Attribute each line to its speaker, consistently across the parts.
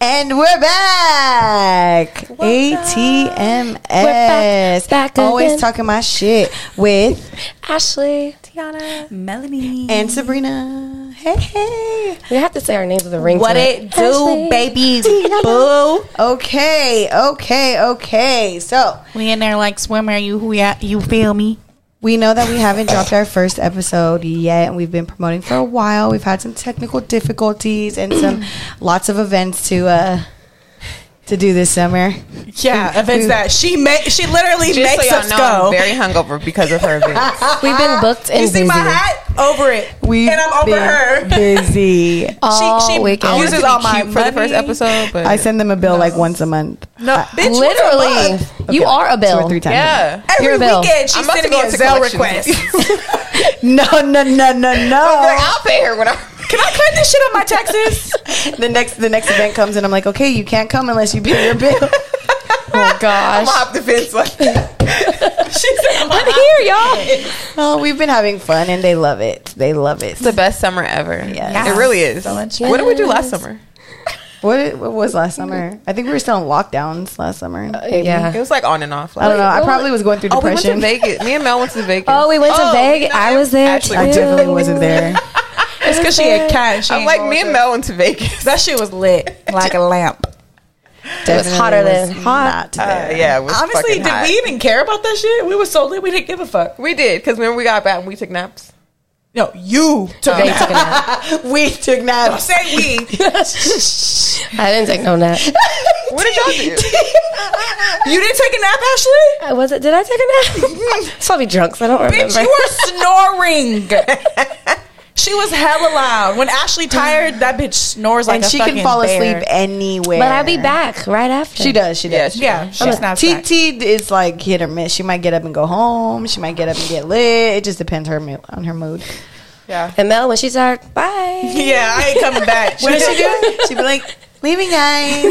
Speaker 1: And we're back. ATMS.
Speaker 2: back
Speaker 1: Always
Speaker 2: again.
Speaker 1: talking my shit with
Speaker 2: Ashley.
Speaker 3: Tiana. Melanie.
Speaker 1: and Sabrina. Hey, hey.
Speaker 2: We have to say our names with a ring.
Speaker 3: what
Speaker 2: to
Speaker 3: it do,
Speaker 2: Ashley.
Speaker 3: babies? Boo.
Speaker 1: Okay, okay, okay. So
Speaker 3: We in there like swimmer. You who ya- you feel me?
Speaker 1: we know that we haven't dropped our first episode yet, and we've been promoting for a while. We've had some technical difficulties and some lots of events to uh to do this summer.
Speaker 3: Yeah, if it's that she make she literally
Speaker 4: Just so
Speaker 3: makes
Speaker 4: y'all
Speaker 3: us
Speaker 4: know,
Speaker 3: go.
Speaker 4: I'm very hungover because of her event.
Speaker 2: We've been booked and
Speaker 3: you see
Speaker 2: busy
Speaker 3: my hat over it,
Speaker 1: We've
Speaker 3: and I'm over
Speaker 1: been
Speaker 3: her.
Speaker 1: busy.
Speaker 2: all
Speaker 3: she
Speaker 2: weekend.
Speaker 4: I
Speaker 3: uses all
Speaker 4: wanted to be
Speaker 3: my
Speaker 4: cute for the
Speaker 3: money.
Speaker 4: first episode, but
Speaker 1: I send them a bill like once a month.
Speaker 3: No, bitch, what's a
Speaker 2: Literally,
Speaker 3: month?
Speaker 2: you are a
Speaker 1: Two
Speaker 2: bill.
Speaker 1: or three times. a month.
Speaker 4: yeah.
Speaker 3: Every
Speaker 2: You're a bill.
Speaker 3: weekend
Speaker 4: I'm
Speaker 3: she's
Speaker 4: about to
Speaker 3: sending
Speaker 4: go
Speaker 3: me a
Speaker 4: into
Speaker 3: Zelle
Speaker 4: collections.
Speaker 3: request.
Speaker 1: No, no, no, no,
Speaker 4: Like,
Speaker 1: no.
Speaker 4: I'll pay her when I'm.
Speaker 3: Can I claim this shit on my taxes?
Speaker 1: the next the next event comes and I'm like, okay, you can't come unless you pay your bill.
Speaker 2: Oh gosh,
Speaker 4: I'll hop the fence like
Speaker 2: I'm here, y'all.
Speaker 1: oh, we've been having fun and they love it. They love it.
Speaker 4: the best summer ever.
Speaker 1: Yes.
Speaker 4: It really is.
Speaker 3: So much
Speaker 4: What did we do last summer?
Speaker 1: What, what was last summer? I think we were still in lockdowns last summer.
Speaker 4: It
Speaker 2: Yeah.
Speaker 4: was like on and off. Like,
Speaker 1: I don't know. I
Speaker 2: what-
Speaker 1: probably was going through
Speaker 4: Oh, we went to
Speaker 1: depression.
Speaker 4: Vegas. Me and Mel went to Vegas.
Speaker 2: Oh, we went to
Speaker 4: Oh,
Speaker 2: Vegas.
Speaker 4: no,
Speaker 2: I was there.
Speaker 4: actually,
Speaker 1: I
Speaker 2: too.
Speaker 1: definitely wasn't there.
Speaker 3: It's because she had cash. She
Speaker 4: I'm
Speaker 3: ain't
Speaker 4: like
Speaker 3: going
Speaker 4: me and
Speaker 3: through.
Speaker 4: Mel went to Vegas.
Speaker 3: That shit was lit like a lamp.
Speaker 2: It was hotter than
Speaker 1: hot.
Speaker 4: Uh, yeah, it was
Speaker 3: Honestly,
Speaker 4: fucking
Speaker 3: did
Speaker 4: hot.
Speaker 3: we even care about that shit? We were so lit, we didn't give a fuck.
Speaker 4: We did because remember we got back and we took naps.
Speaker 3: No, you took
Speaker 2: They
Speaker 3: it.
Speaker 2: took a nap.
Speaker 1: we took naps.
Speaker 3: Say we.
Speaker 2: I didn't take no nap.
Speaker 4: What did y'all do?
Speaker 3: You didn't take a nap, Ashley?
Speaker 2: I- Was it? Did I take a nap? It's probably drunk. So I don't remember.
Speaker 3: Bitch, you were snoring. she was hella loud. When Ashley tired, that bitch snores like
Speaker 1: and
Speaker 3: a
Speaker 1: she can
Speaker 3: fucking
Speaker 1: fall
Speaker 3: bear.
Speaker 1: asleep anywhere.
Speaker 2: but I'll be back right after.
Speaker 1: She does. She
Speaker 4: Yeah,
Speaker 1: does.
Speaker 3: Yeah, she
Speaker 2: I'm a-
Speaker 3: snaps back.
Speaker 1: TT is like hit or miss. She might get up and go home. She might get up and get lit. It just depends her mo- on her mood.
Speaker 4: yeah.
Speaker 2: And Mel, when she's tired, bye.
Speaker 3: Yeah, I ain't coming back.
Speaker 1: What does she do? She'd be like, "Leaving, guys."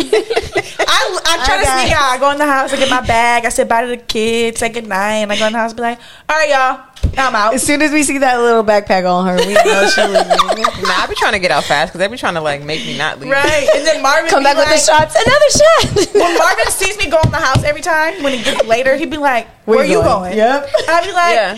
Speaker 3: I, I try
Speaker 1: I
Speaker 3: to
Speaker 1: got
Speaker 3: sneak
Speaker 1: it.
Speaker 3: out. I go in the house, I get my bag, I say bye to the kids, say goodnight, and I go in the house and be like, all right, y'all, I'm out.
Speaker 1: As soon as we see that little backpack on her, we know she leaving.
Speaker 4: Nah, I be trying to get out fast because they be trying to like make me not leave.
Speaker 3: Right. And then Marvin
Speaker 2: Come
Speaker 3: be
Speaker 2: back with the
Speaker 3: like-
Speaker 2: shots. Another
Speaker 3: When
Speaker 2: shot.
Speaker 3: Marvin sees me go in the house every time, when he gets later, he'd be like,
Speaker 1: Where
Speaker 3: where, you going?
Speaker 1: Yep.
Speaker 3: I'd be like,
Speaker 4: Yeah.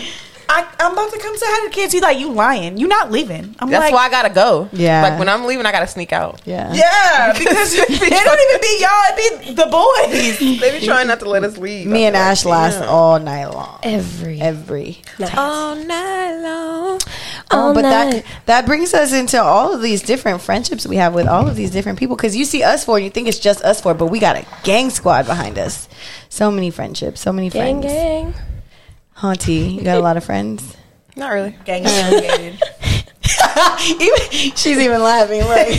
Speaker 3: I, I'm about to come say hi to the kids. He's like, you lying. You not leaving. I'm
Speaker 4: That's
Speaker 3: like,
Speaker 4: why I gotta go.
Speaker 1: Yeah.
Speaker 4: Like when I'm leaving, I gotta sneak out.
Speaker 1: Yeah.
Speaker 3: yeah, because it don't even be y'all, it be the boys.
Speaker 4: They be trying not to let us leave.
Speaker 1: Me
Speaker 4: I
Speaker 1: and
Speaker 4: be like,
Speaker 1: Ash last
Speaker 4: "Damn."
Speaker 1: all night long.
Speaker 2: Every
Speaker 1: Every.
Speaker 4: all night long.
Speaker 1: Oh,
Speaker 2: All
Speaker 1: but
Speaker 2: night.
Speaker 1: that that brings us into all of these different friendships we have with all of these different people. Because you see us four, and you think it's just us four, but we got a gang squad behind us. So many friendships, so many
Speaker 2: gang,
Speaker 1: friends.
Speaker 2: gang.
Speaker 1: Haunty, you got a lot of friends.
Speaker 4: Not really.
Speaker 3: Gang gang.
Speaker 1: Even- she's even laughing. Like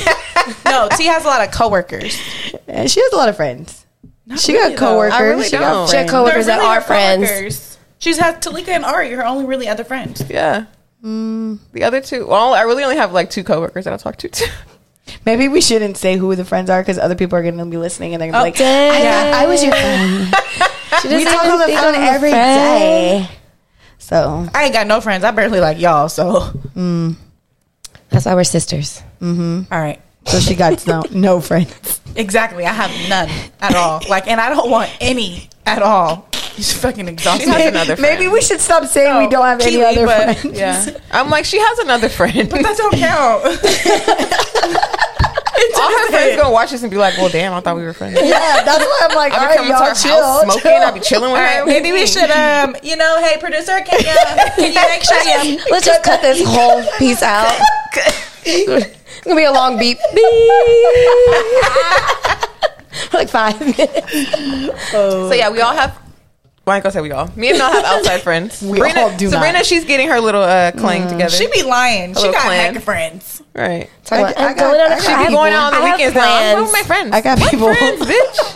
Speaker 3: No, T has a lot of coworkers.
Speaker 1: And she has a lot of friends. she
Speaker 3: really,
Speaker 1: got
Speaker 3: though. I
Speaker 1: coworkers.
Speaker 4: really
Speaker 1: she
Speaker 4: don't.
Speaker 1: got
Speaker 4: She
Speaker 2: Check
Speaker 1: friends.
Speaker 2: coworkers that are
Speaker 3: her
Speaker 2: friends.
Speaker 3: coworkers. She's has Talika and Ari, her only really other friends.
Speaker 4: Yeah. The other two. Well, I really only have like two coworkers that I talk to. Too.
Speaker 1: Maybe we shouldn't say who the friends are because other people are going to be listening and they're going to be like,
Speaker 2: Dang.
Speaker 1: I, I was your friend.
Speaker 2: She doesn't
Speaker 1: We talk
Speaker 2: even
Speaker 1: on the
Speaker 2: think
Speaker 1: phone
Speaker 2: I'm a
Speaker 1: every
Speaker 2: friend.
Speaker 1: So
Speaker 3: I ain't got no friends. I barely like y'all. So all
Speaker 2: That's why we're sisters.
Speaker 3: right,
Speaker 1: So she got no, no friends.
Speaker 3: exactly. I have none at all. Like, and I don't want any at all. She's fucking exhausted.
Speaker 4: She has another friend.
Speaker 1: Maybe we should stop saying
Speaker 3: No,
Speaker 1: we don't have
Speaker 3: Kiwi,
Speaker 1: any other
Speaker 3: but-
Speaker 1: friends.
Speaker 4: Yeah. I'm like, she has another friend.
Speaker 3: But that don't count.
Speaker 4: all her friends gonna watch this and be like, well, damn, I thought we were friends.
Speaker 1: Yeah, that's why I'm like, all
Speaker 4: I
Speaker 1: right,
Speaker 4: be coming to her
Speaker 1: y'all
Speaker 4: house
Speaker 1: chill.
Speaker 4: smoking.
Speaker 1: chill.
Speaker 4: I be chilling with
Speaker 3: All
Speaker 4: her.
Speaker 3: right, maybe we should, um, you know, hey producer, can you, can you make sure you?
Speaker 2: Let's just cut this whole piece out. it's gonna be a long beep. Beep. like five minutes.
Speaker 4: So yeah, we all have. Well, I ain't gonna say we all. Me and Mel have outside friends.
Speaker 1: We
Speaker 4: Sabrina,
Speaker 1: all do not.
Speaker 4: Sabrina, she's getting her little uh, clang together.
Speaker 3: She be lying. She
Speaker 4: little
Speaker 3: got
Speaker 4: plan.
Speaker 3: heck of friends.
Speaker 4: right.
Speaker 2: Talking about,
Speaker 1: I
Speaker 2: I'm
Speaker 1: got-
Speaker 2: going on
Speaker 1: I
Speaker 2: a
Speaker 1: got-
Speaker 4: She
Speaker 2: trip.
Speaker 4: be going out on
Speaker 2: I
Speaker 4: the
Speaker 2: have
Speaker 4: weekends now. I'm
Speaker 2: plans.
Speaker 4: going with my friends.
Speaker 1: I got
Speaker 4: What
Speaker 1: people.
Speaker 4: friends, bitch.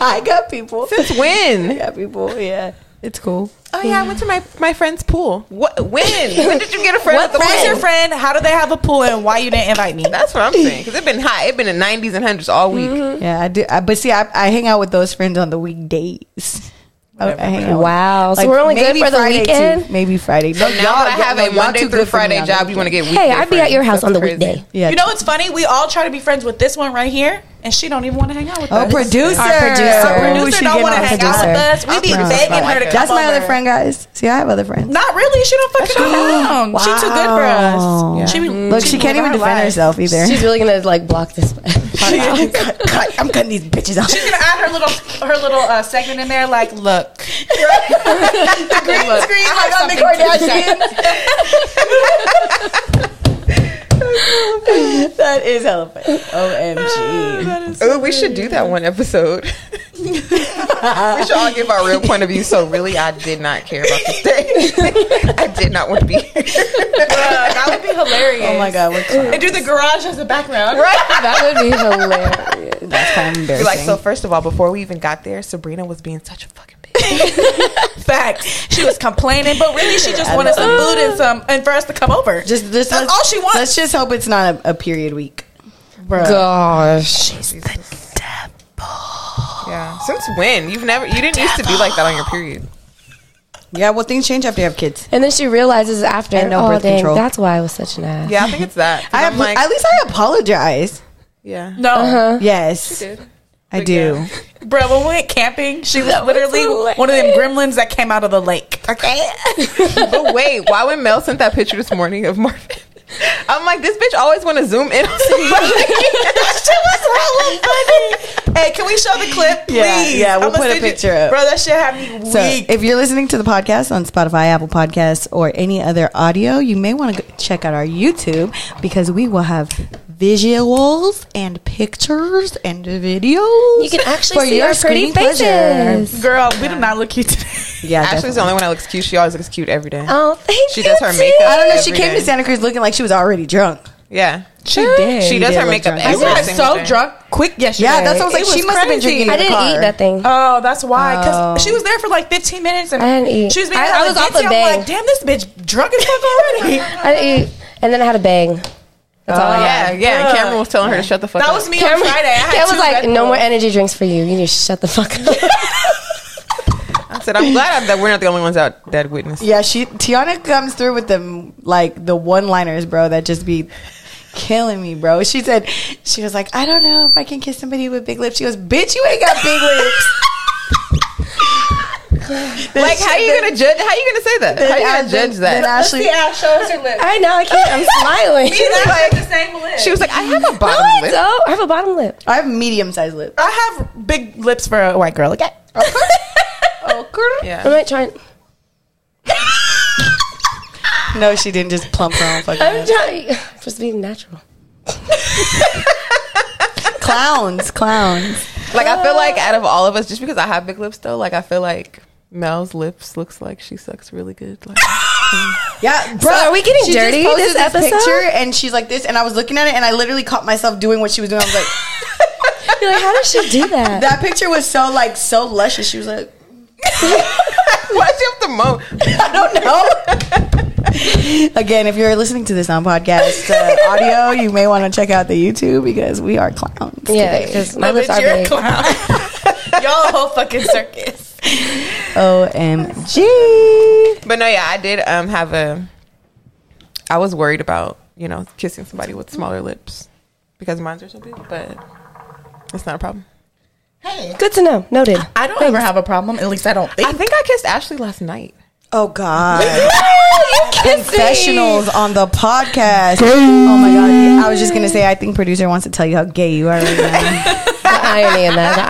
Speaker 1: I got people.
Speaker 4: Since when?
Speaker 1: I got people. Yeah, it's cool.
Speaker 4: Oh yeah, I went to my my friend's pool. What? When? when did you get a friend?
Speaker 2: What
Speaker 4: at the
Speaker 2: friend?
Speaker 3: Who's
Speaker 4: pool?
Speaker 3: your friend? How do they have a pool and why you didn't invite me?
Speaker 4: That's what I'm saying. Because it's been hot. It's been in 90s and 100s all week.
Speaker 2: Mm-hmm.
Speaker 1: Yeah, I do. I, but see, I, I hang out with those friends on the weekdays. I, I hang out.
Speaker 2: Wow. So
Speaker 1: Like,
Speaker 2: we're only good
Speaker 1: maybe
Speaker 2: for the
Speaker 1: Friday, too.
Speaker 2: weekend.
Speaker 1: Maybe Friday.
Speaker 4: So now that I have
Speaker 1: no,
Speaker 4: a
Speaker 1: y'all
Speaker 4: Monday
Speaker 1: too
Speaker 4: through
Speaker 1: good for me
Speaker 4: Friday
Speaker 1: on
Speaker 4: job,
Speaker 1: the
Speaker 4: you want to get weekday
Speaker 2: Hey, I'd be at your
Speaker 4: friends.
Speaker 2: house on the
Speaker 4: That's crazy.
Speaker 2: weekday.
Speaker 1: Yeah,
Speaker 3: You know what's funny? We all try to be friends with this one right here, and she don't even want to hang out with
Speaker 1: Oh,
Speaker 3: us.
Speaker 1: producer.
Speaker 2: Our producer.
Speaker 3: Our
Speaker 1: Ooh,
Speaker 3: producer
Speaker 1: she
Speaker 3: don't
Speaker 1: getting
Speaker 3: want to
Speaker 1: on
Speaker 3: hang out
Speaker 1: producer.
Speaker 3: with us. We be
Speaker 1: Our
Speaker 3: begging
Speaker 4: producer.
Speaker 3: her to come
Speaker 1: That's my
Speaker 3: over.
Speaker 1: other friend, guys. See, I have other friends.
Speaker 3: Not really. She don't fucking come. She too good for
Speaker 1: Wow.
Speaker 3: us. She be-
Speaker 1: Look, she can't
Speaker 3: live
Speaker 1: even
Speaker 3: her
Speaker 1: defend
Speaker 3: life.
Speaker 1: herself either.
Speaker 2: She's really gonna like block this.
Speaker 1: I'm, cut- cut- I'm cutting these bitches off.
Speaker 3: She's gonna add her little her little uh, segment in there, like, look, green screen, like on the Kardashians.
Speaker 1: that is hella funny. OMG.
Speaker 4: Oh, we should do that one episode. we should all give our real point of view. So really, I did not care about this day. I did not want to be here.
Speaker 3: that would be hilarious.
Speaker 1: Oh my god, we're clowns.
Speaker 3: And do the garage as a background.
Speaker 2: that would be hilarious.
Speaker 1: That's kind of
Speaker 4: Be
Speaker 1: embarrassing.
Speaker 4: Like, so first of all, before we even got there, Sabrina was being such a fucking bitch.
Speaker 3: Facts. She was complaining, but really she just wanted some food and some and for us to come over.
Speaker 1: just this
Speaker 3: That's
Speaker 1: let's-
Speaker 3: all she wants.
Speaker 1: Let's just hope it's not a, a period week.
Speaker 2: Gosh.
Speaker 4: Yeah. Since when? You've never. You didn't used to be like that on your period.
Speaker 1: Yeah, well, things change after you have kids.
Speaker 2: And then she realizes after,
Speaker 1: And no
Speaker 2: oh
Speaker 1: birth
Speaker 2: dang,
Speaker 1: control.
Speaker 2: that's why I was such an ass.
Speaker 4: Yeah, I think it's that.
Speaker 1: I
Speaker 4: I am
Speaker 1: ap-
Speaker 4: like,
Speaker 1: at least I apologize.
Speaker 4: yeah.
Speaker 3: no,
Speaker 2: Uh-huh.
Speaker 1: Yes, I
Speaker 4: Big
Speaker 1: do.
Speaker 4: ass.
Speaker 3: bro. When we went camping, she was literally one of them gremlins that came out of the lake.
Speaker 4: Okay. but wait, why when Mel sent that picture this morning of Marvin? I'm like, this bitch always want to zoom in on somebody.
Speaker 3: that shit was hella funny. Hey, can we show the clip, please?
Speaker 1: Yeah, yeah, we'll
Speaker 3: I'ma
Speaker 1: put a
Speaker 3: send you-
Speaker 1: picture up.
Speaker 3: Bro, that shit had me weak.
Speaker 1: So, if you're listening to the podcast on Spotify, Apple Podcasts, or any other audio, you may want to check out our YouTube because we will have visuals and pictures and videos.
Speaker 2: You can actually
Speaker 1: for
Speaker 2: see
Speaker 1: your
Speaker 2: our
Speaker 1: screening
Speaker 2: pretty
Speaker 1: pleasure.
Speaker 2: faces.
Speaker 3: Girl, we do not look cute today.
Speaker 1: Yeah,
Speaker 4: Ashley's the
Speaker 1: definitely.
Speaker 4: only one that looks cute. She always looks cute every day.
Speaker 2: Oh, thank
Speaker 4: She
Speaker 2: you,
Speaker 4: does her
Speaker 2: too.
Speaker 4: makeup.
Speaker 1: I don't know. She
Speaker 4: every
Speaker 1: came
Speaker 4: day.
Speaker 1: to Santa Cruz looking like she was already drunk.
Speaker 4: Yeah.
Speaker 1: She did.
Speaker 4: She does her makeup
Speaker 3: You
Speaker 4: every
Speaker 3: got
Speaker 4: single
Speaker 3: so
Speaker 4: day.
Speaker 3: drunk quick yesterday.
Speaker 1: Yeah, that's what I was like.
Speaker 3: It
Speaker 1: She must have been
Speaker 3: crazy.
Speaker 1: drinking.
Speaker 2: I
Speaker 1: in the
Speaker 2: didn't
Speaker 1: car.
Speaker 2: eat that thing.
Speaker 3: Oh, that's why. Because
Speaker 1: Oh.
Speaker 3: she was there for like 15 minutes, and
Speaker 2: I didn't eat.
Speaker 3: She was being
Speaker 2: I-
Speaker 3: hella
Speaker 2: I was off
Speaker 3: ditzy.
Speaker 2: a
Speaker 3: I'm
Speaker 2: bang.
Speaker 3: like, damn, this bitch drunk as fuck already.
Speaker 2: I didn't eat, and then I had a bang. That's all I
Speaker 4: Oh, Yeah,
Speaker 2: had.
Speaker 4: yeah.
Speaker 3: Ugh.
Speaker 4: Cameron was telling her to shut the fuck
Speaker 3: that
Speaker 4: up.
Speaker 3: was me
Speaker 2: Cameron-
Speaker 3: on Friday. I had
Speaker 2: Cam was
Speaker 3: two
Speaker 2: like,
Speaker 3: Red
Speaker 2: "No
Speaker 3: Bulls.
Speaker 2: more energy drinks for you. You just shut the fuck up."
Speaker 4: I said, I'm glad that we're not the only ones out that witness.
Speaker 1: Yeah, she Tiana comes through with them like the one liners, bro, that just be killing me, bro. She said she was like, I don't know if I can kiss somebody with big lips. She goes, Bitch, you ain't got big lips. Then
Speaker 4: Like,
Speaker 1: she-
Speaker 4: how you gonna judge? How you gonna say that?
Speaker 1: then
Speaker 4: How you
Speaker 1: I-
Speaker 4: gonna judge
Speaker 1: Then
Speaker 4: that?
Speaker 3: Let's
Speaker 1: Ashley,
Speaker 3: see Ash show us her lips.
Speaker 2: I know. I can't. I'm smiling.
Speaker 3: She
Speaker 2: no,
Speaker 3: has the same lips.
Speaker 4: She was like, I have a bottom
Speaker 2: I
Speaker 4: lip.
Speaker 2: don't. I have a bottom lip.
Speaker 1: I have medium sized lips.
Speaker 3: I have big lips for a white girl. Okay.
Speaker 2: I
Speaker 4: Yeah.
Speaker 2: might try. and-
Speaker 1: No, she didn't just plump her own fucking
Speaker 2: I'm
Speaker 1: lips.
Speaker 2: trying. Just being natural.
Speaker 1: clowns, clowns.
Speaker 4: Like, I feel like out of all of us, just because I have big lips, though, like, I feel like Mel's lips looks like she sucks really good. Like,
Speaker 1: Yeah, bro.
Speaker 2: are we getting
Speaker 1: she just
Speaker 2: dirty
Speaker 1: posted
Speaker 2: this episode?
Speaker 1: Picture and she's like this, and I was looking at it, and I literally caught myself doing what she was doing. I was like,
Speaker 2: You're like, how does she do that?
Speaker 1: that picture was so like so luscious. She was like,
Speaker 4: why she have to moan?
Speaker 1: I don't know. Again, if you're listening to this on podcast uh, audio, you may want to check out the YouTube because we are clowns.
Speaker 2: yeah,
Speaker 1: today.
Speaker 2: because my lips
Speaker 3: Bitch,
Speaker 2: are
Speaker 3: you're a
Speaker 2: big.
Speaker 3: clown. Y'all a whole fucking circus.
Speaker 1: OMG.
Speaker 4: But no, yeah, I did um have a. I was worried about you know kissing somebody with smaller lips because mine are so big, but it's not a problem.
Speaker 2: Good to know. Noted.
Speaker 3: I don't ever have a problem. At least I don't think.
Speaker 4: I think I kissed Ashley last night.
Speaker 1: Oh God.
Speaker 2: you
Speaker 1: Professionals on the podcast. Oh my God. I was just gonna say, I think producer wants to tell you how gay you are. Right now.
Speaker 2: The irony in that. The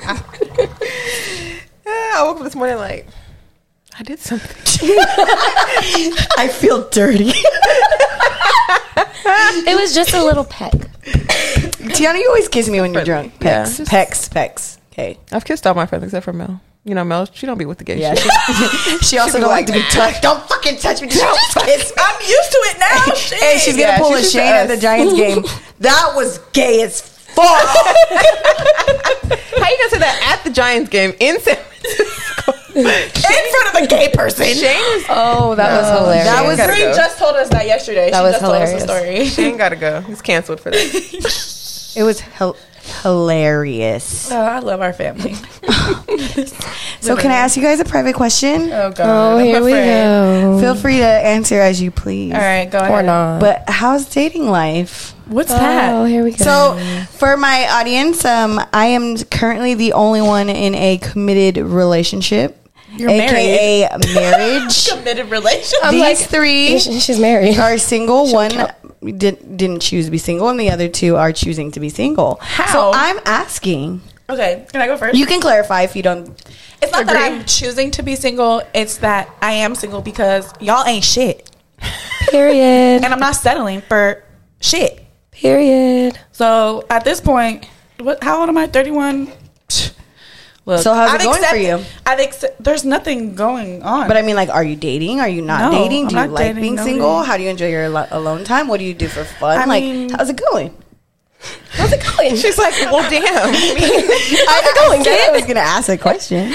Speaker 2: irony.
Speaker 4: Yeah, I woke up this morning like I did something.
Speaker 1: I feel dirty.
Speaker 2: It was just a little peck.
Speaker 1: Tiana, you always kiss me when you're drunk.
Speaker 4: Yeah.
Speaker 1: Pecs, pecs, pecs. Okay.
Speaker 4: I've kissed all my friends except for Mel. You know Mel, she don't be with the gay
Speaker 1: Yeah.
Speaker 4: shit.
Speaker 1: She, she also
Speaker 4: be
Speaker 1: don't like
Speaker 4: like,
Speaker 1: to be touched. Don't fucking touch me. Just kiss me.
Speaker 3: I'm used to it now. Shit.
Speaker 1: Hey, she's gonna
Speaker 4: Yeah,
Speaker 1: pull a
Speaker 4: she's just
Speaker 1: Shane
Speaker 4: us.
Speaker 1: at the Giants game. That was gay as fuck.
Speaker 4: How you gonna say that at the Giants game in San Francisco?
Speaker 3: in front of a gay person.
Speaker 4: Shane, was-
Speaker 2: Oh, that was hilarious.
Speaker 1: that was-
Speaker 4: Gotta
Speaker 3: Bree
Speaker 4: go.
Speaker 3: just told us that yesterday.
Speaker 2: That
Speaker 3: she
Speaker 2: was
Speaker 3: just told us the story.
Speaker 4: Shane gotta go. He's canceled for that.
Speaker 1: It was hel- hilarious.
Speaker 3: Oh, I love our family.
Speaker 1: So, can I ask you guys a private question?
Speaker 3: Oh god.
Speaker 2: Oh,
Speaker 3: I'm
Speaker 2: here we
Speaker 3: afraid.
Speaker 2: go.
Speaker 1: Feel free to answer as you please.
Speaker 3: All right, go ahead.
Speaker 2: Or not.
Speaker 1: But how's dating life?
Speaker 3: What's
Speaker 2: Oh,
Speaker 3: that?
Speaker 2: here we go.
Speaker 1: So, for my audience, um, I am currently the only one in a committed relationship,
Speaker 3: You're
Speaker 1: aka marriage.
Speaker 3: Committed relationship.
Speaker 2: I'm
Speaker 1: These
Speaker 2: like,
Speaker 1: three
Speaker 2: she- she's married.
Speaker 1: are single. One didn't didn't choose to be single, and the other two are choosing to be single. So
Speaker 3: How?
Speaker 1: I'm asking.
Speaker 3: Okay, can I go first?
Speaker 1: You can clarify if you don't.
Speaker 3: it's not that
Speaker 1: agree.
Speaker 3: I'm choosing to be single. It's that I am single because y'all ain't shit,
Speaker 2: Period.
Speaker 3: and I'm not settling for shit.
Speaker 2: Period.
Speaker 3: So at this point, what? How old am I? Thirty-one. Look,
Speaker 1: So how's it going for
Speaker 3: accepted-
Speaker 1: you?
Speaker 3: I've acce- there's nothing going on.
Speaker 1: But I mean, like, are you dating? Are you not
Speaker 3: No,
Speaker 1: dating? Do
Speaker 3: I'm
Speaker 1: you
Speaker 3: not
Speaker 1: like
Speaker 3: dating,
Speaker 1: being
Speaker 3: no
Speaker 1: single?
Speaker 3: dating.
Speaker 1: How do you enjoy your lo- alone time? What do you do for fun?
Speaker 3: I
Speaker 1: like,
Speaker 3: mean-
Speaker 1: how's it going?
Speaker 2: How's it going?
Speaker 4: She's like, well, damn.
Speaker 1: How's it going? I was gonna ask that question.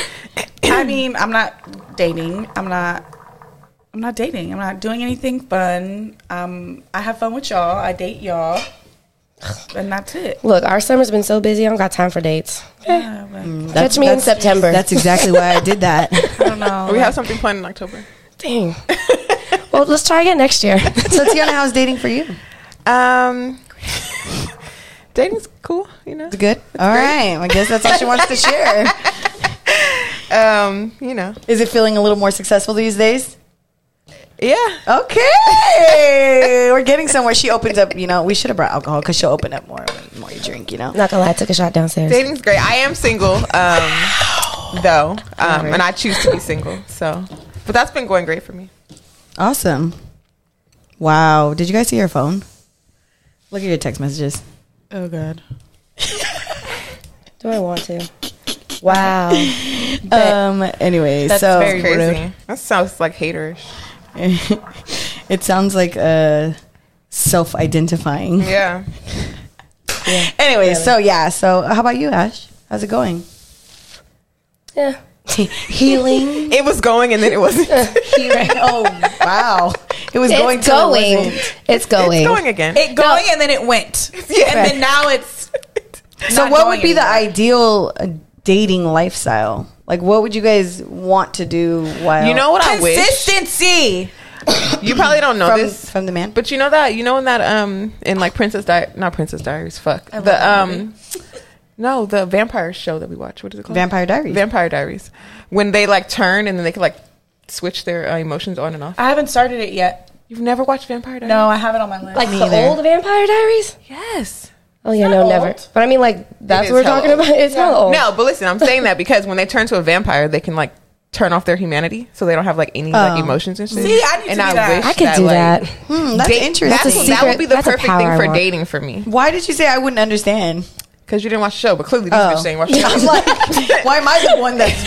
Speaker 3: I mean, I'm not dating. I'm not. I'm not dating. I'm not doing anything fun. Um, I have fun with y'all. I date y'all, and that's it.
Speaker 2: Look, our summer's been so busy. I don't got time for dates.
Speaker 3: Yeah, like,
Speaker 2: Catch me in September.
Speaker 1: That's exactly why I did that.
Speaker 3: I don't know.
Speaker 4: we
Speaker 3: like,
Speaker 4: have something planned in October.
Speaker 2: Dang. well, let's try again next year.
Speaker 1: so Tiana, how's dating for you?
Speaker 4: Um, dating's cool, you know.
Speaker 1: It's good. All right. I guess that's all she wants to share.
Speaker 4: Um, you know,
Speaker 1: Is it feeling a little more successful these days?
Speaker 4: yeah.
Speaker 1: Okay, we're getting somewhere. She opens up. You know, we should have brought alcohol because she'll open up more when more you drink. You know.
Speaker 2: Not gonna lie, I took a shot downstairs.
Speaker 4: Dating's great. I am single, um, though, um, and I choose to be single. So, but that's been going great for me.
Speaker 1: Awesome. Wow. Did you guys see your phone? Look at your text messages.
Speaker 3: Oh god.
Speaker 2: Do I want to? Wow. Uh,
Speaker 1: Um. Anyway,
Speaker 3: That's
Speaker 1: so
Speaker 3: very
Speaker 4: Crazy. That sounds like haterish.
Speaker 1: it sounds like uh, self-identifying.
Speaker 4: Yeah.
Speaker 1: Anyway, so yeah. So how about you, Ash? How's it going?
Speaker 2: yeah.
Speaker 1: Healing.
Speaker 4: It was going and then it wasn't. it's
Speaker 1: Healing. Oh wow. It was going.
Speaker 2: it's,
Speaker 1: till it
Speaker 2: going.
Speaker 1: wasn't.
Speaker 2: it's going.
Speaker 4: going again.
Speaker 3: It going and then it went.
Speaker 4: Yeah.
Speaker 3: And then now it's.
Speaker 1: So
Speaker 3: not
Speaker 1: what
Speaker 3: going
Speaker 1: would be the
Speaker 3: anywhere.
Speaker 1: ideal uh, dating lifestyle? Like what would you guys want to do while
Speaker 4: you know what I wish?
Speaker 3: consistency?
Speaker 4: You probably don't know
Speaker 1: from
Speaker 4: this.
Speaker 1: from the man?
Speaker 4: But you know that you know in that um in like Princess Di not Princess Diaries fuck the um no the vampire show that we watch what is it called
Speaker 1: Vampire Diaries.
Speaker 4: Vampire Diaries when they like turn and then they can like switch their uh, emotions on and off.
Speaker 3: I haven't started it yet.
Speaker 4: You've never watched Vampire Diaries?
Speaker 3: No, I have it on my list.
Speaker 2: Like
Speaker 1: Me
Speaker 2: the
Speaker 1: either.
Speaker 2: old Vampire Diaries?
Speaker 4: Yes.
Speaker 2: Oh yeah,
Speaker 3: not
Speaker 2: no, never.
Speaker 3: old.
Speaker 2: But I mean, like that's
Speaker 4: is
Speaker 2: what we're
Speaker 4: hella
Speaker 2: talking
Speaker 4: old.
Speaker 2: about. It's hella old.
Speaker 4: No, but listen, I'm saying that because when they turn to a vampire, they can like turn off their humanity, so they don't have like any
Speaker 1: Oh.
Speaker 4: like emotions and shit.
Speaker 3: See, I need to
Speaker 4: and
Speaker 3: do that.
Speaker 4: wish
Speaker 2: I could do
Speaker 4: like,
Speaker 2: that.
Speaker 1: Hmm, that's
Speaker 4: date-
Speaker 1: interesting.
Speaker 4: that's-
Speaker 2: That's a
Speaker 4: that would be the
Speaker 2: secret- that's a
Speaker 4: perfect
Speaker 2: power
Speaker 4: thing
Speaker 2: I
Speaker 4: for
Speaker 2: want.
Speaker 4: dating for me
Speaker 1: Why did you say I wouldn't understand?
Speaker 4: because you didn't watch the show, but clearly these
Speaker 1: Oh.
Speaker 4: bitches ain't watching.
Speaker 1: I'm like, why am I the one that's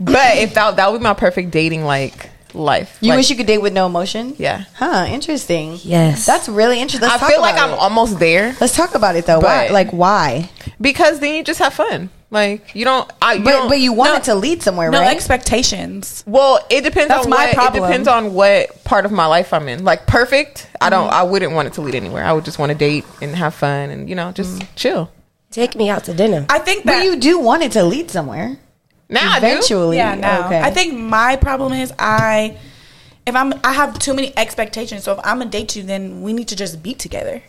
Speaker 4: but if that that would be my perfect dating like life.
Speaker 1: You
Speaker 4: Like,
Speaker 1: wish you could date with no emotion?
Speaker 4: yeah.
Speaker 1: Huh, interesting.
Speaker 2: Yes.
Speaker 1: That's really interesting. Let's
Speaker 4: I
Speaker 1: talk
Speaker 4: feel like
Speaker 1: about
Speaker 4: I'm
Speaker 1: it.
Speaker 4: almost there
Speaker 1: Let's talk about it though. why?
Speaker 4: But-
Speaker 1: Like why?
Speaker 4: because then you just have fun. Like you don't. I, you
Speaker 1: But
Speaker 4: don't-
Speaker 1: but you want
Speaker 3: no.
Speaker 1: it to lead somewhere,
Speaker 3: no
Speaker 1: right?
Speaker 3: expectations.
Speaker 4: Well, it depends
Speaker 3: That's
Speaker 4: on
Speaker 3: my
Speaker 4: what,
Speaker 3: problem.
Speaker 4: It depends on what part of my life I'm in. Like perfect, I don't. I wouldn't want it to lead anywhere. I would just want to date and have fun and you know just chill.
Speaker 2: Take me out to dinner.
Speaker 3: I think that
Speaker 1: but you do want it to lead somewhere.
Speaker 4: Now I do.
Speaker 1: Eventually.
Speaker 3: Ah, Yeah, no.
Speaker 1: Okay.
Speaker 3: I think my problem is I if I'm I have too many expectations. So if I'm gonna date you, then we need to just be together.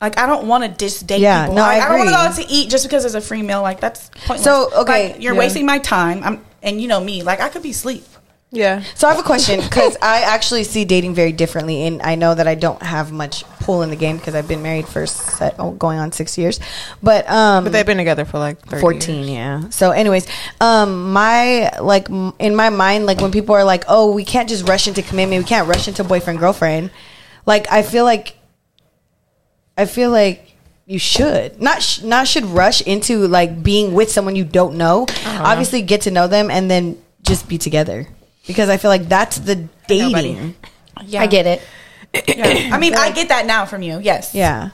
Speaker 3: Like I don't want to just date
Speaker 1: Yeah,
Speaker 3: people.
Speaker 1: no,
Speaker 3: Like,
Speaker 1: I
Speaker 3: I, don't want to go
Speaker 1: agree.
Speaker 3: out to eat just because it's a free meal. Like that's pointless.
Speaker 1: So, okay,
Speaker 3: Like, you're
Speaker 1: yeah.
Speaker 3: wasting my time. I'm and you know me. Like I could be asleep.
Speaker 4: Yeah.
Speaker 1: So I have a question because I actually see dating very differently, and I know that I don't have much pull in the game because I've been married for se- oh, going on six years, but um,
Speaker 4: But they've been together for like 30
Speaker 1: fourteen,
Speaker 4: years.
Speaker 1: yeah. So, anyways, um, my like m- in my mind, like when people are like, "Oh, we can't just rush into commitment, we can't rush into boyfriend girlfriend," like I feel like I feel like you should not sh- not should rush into like being with someone you don't know.
Speaker 4: Uh-huh.
Speaker 1: Obviously, get to know them and then just be together because I feel like that's the
Speaker 4: Nobody.
Speaker 1: dating.
Speaker 3: Yeah,
Speaker 2: I get it.
Speaker 3: I mean, I get that now from you. Yes.
Speaker 1: Yeah,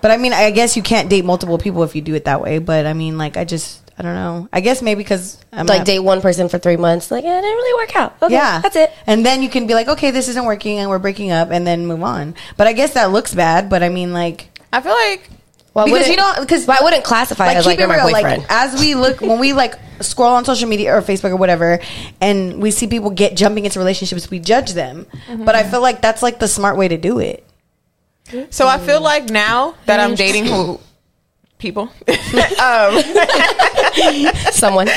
Speaker 1: but I mean, I guess you can't date multiple people if you do it that way. But I mean, like, I just I don't know. I guess maybe because I'm
Speaker 2: like
Speaker 1: not-
Speaker 2: date one person for three months. Like yeah, it didn't really work out. Okay,
Speaker 1: Yeah,
Speaker 2: that's it.
Speaker 1: And then you can be like, okay, this isn't working, and we're breaking up, and then move on. But I guess that looks bad. But I mean, like,
Speaker 4: I feel like
Speaker 2: Why
Speaker 1: Because
Speaker 2: wouldn't-
Speaker 1: you don't- 'cause-
Speaker 2: why wouldn't classify it as like
Speaker 1: keep
Speaker 2: you're
Speaker 1: it
Speaker 2: my
Speaker 1: real,
Speaker 2: boyfriend?
Speaker 1: Like as we look when we like scroll on social media or Facebook or whatever, and we see people Mm-hmm. get jumping into relationships, we judge them. But I feel like that's like the smart way to do it.
Speaker 4: So I feel like now that I'm dating who people,
Speaker 2: Someone.
Speaker 4: um,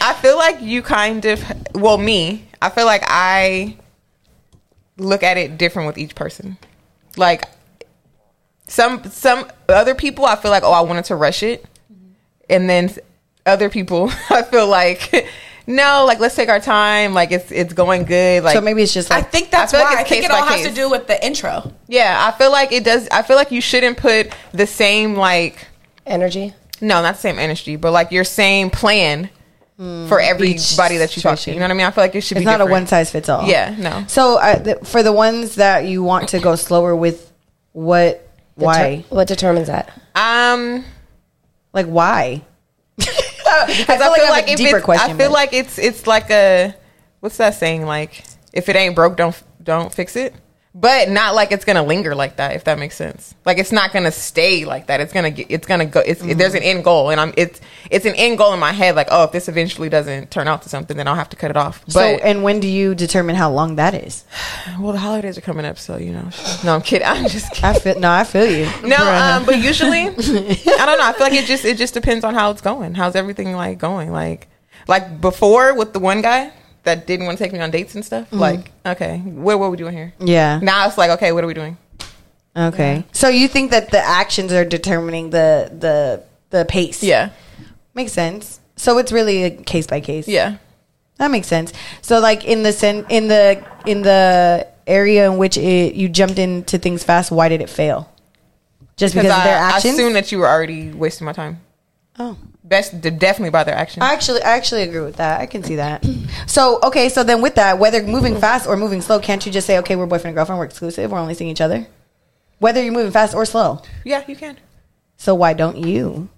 Speaker 4: I feel like you kind of, well, me, I feel like I look at it different with each person. Like some some other people, I feel like, oh, I wanted to rush it,
Speaker 1: Mm-hmm.
Speaker 4: and then s- other people, I feel like. No, like let's take our time. Like it's it's going good. Like
Speaker 1: So maybe it's just
Speaker 3: I
Speaker 1: like
Speaker 3: think that's
Speaker 4: I feel like
Speaker 3: why.
Speaker 4: it's
Speaker 3: I think
Speaker 4: case
Speaker 3: it all
Speaker 4: by
Speaker 3: has to
Speaker 4: case.
Speaker 3: do with the intro.
Speaker 4: yeah. I feel like it does. I feel like you shouldn't put the same like
Speaker 2: Energy.
Speaker 4: no, not the same energy, but like your same plan for everybody that you talk to.
Speaker 1: situation.
Speaker 4: You know what I mean? I feel like it should
Speaker 1: Mm, it's
Speaker 4: be
Speaker 1: not a
Speaker 4: different.
Speaker 1: one size fits all.
Speaker 4: Yeah, no.
Speaker 1: So uh, th- for the ones that you want to go slower with, what? Why?
Speaker 2: Deter- what determines that?
Speaker 4: Um,
Speaker 1: like why?
Speaker 4: because I
Speaker 1: feel like
Speaker 4: feel like,
Speaker 1: I have a
Speaker 4: if
Speaker 1: deeper
Speaker 4: it's,
Speaker 1: question,
Speaker 4: I feel
Speaker 1: but-
Speaker 4: like it's it's like a what's that saying? Like if it ain't broke, don't don't fix it. But not like it's gonna linger like that. If that makes sense, like it's not gonna stay like that. It's gonna get. It's gonna go. It's
Speaker 1: Mm-hmm.
Speaker 4: there's an end goal, and I'm it's it's an end goal in my head. Like oh, if this eventually doesn't turn out to something, then I'll have to cut it off. But
Speaker 1: so eh, and when do you determine how long that is?
Speaker 4: well, the holidays are coming up, so you know. No, I'm kidding. I'm just kidding.
Speaker 1: I feel no, I feel you.
Speaker 4: No,
Speaker 1: Bruh.
Speaker 4: um, but usually, I don't know. I feel like it just it just depends on how it's going. How's everything like going? Like like before with the one guy that didn't want to take me on dates and stuff.
Speaker 1: Mm-hmm.
Speaker 4: Like okay, what what we doing here?
Speaker 1: yeah.
Speaker 4: Now it's like okay, what are we doing?
Speaker 1: Okay. So you think that the actions are determining the the the pace?
Speaker 4: Yeah,
Speaker 1: makes sense. So it's really a case by case.
Speaker 4: yeah.
Speaker 1: That makes sense. So like in the sen- in the in the area in which it you jumped into things fast, why did it fail? Just because
Speaker 4: I,
Speaker 1: of their
Speaker 4: I
Speaker 1: actions?
Speaker 4: assumed that you were already wasting my time.
Speaker 1: oh.
Speaker 4: Best definitely by their actions.
Speaker 1: I actually I actually agree with that. I can see that. So, okay, so then with that, whether moving fast or moving slow, can't you just say, "Okay, we're boyfriend and girlfriend, we're exclusive, we're only seeing each other?" Whether you're moving fast or slow.
Speaker 4: yeah, you can.
Speaker 1: So why don't you?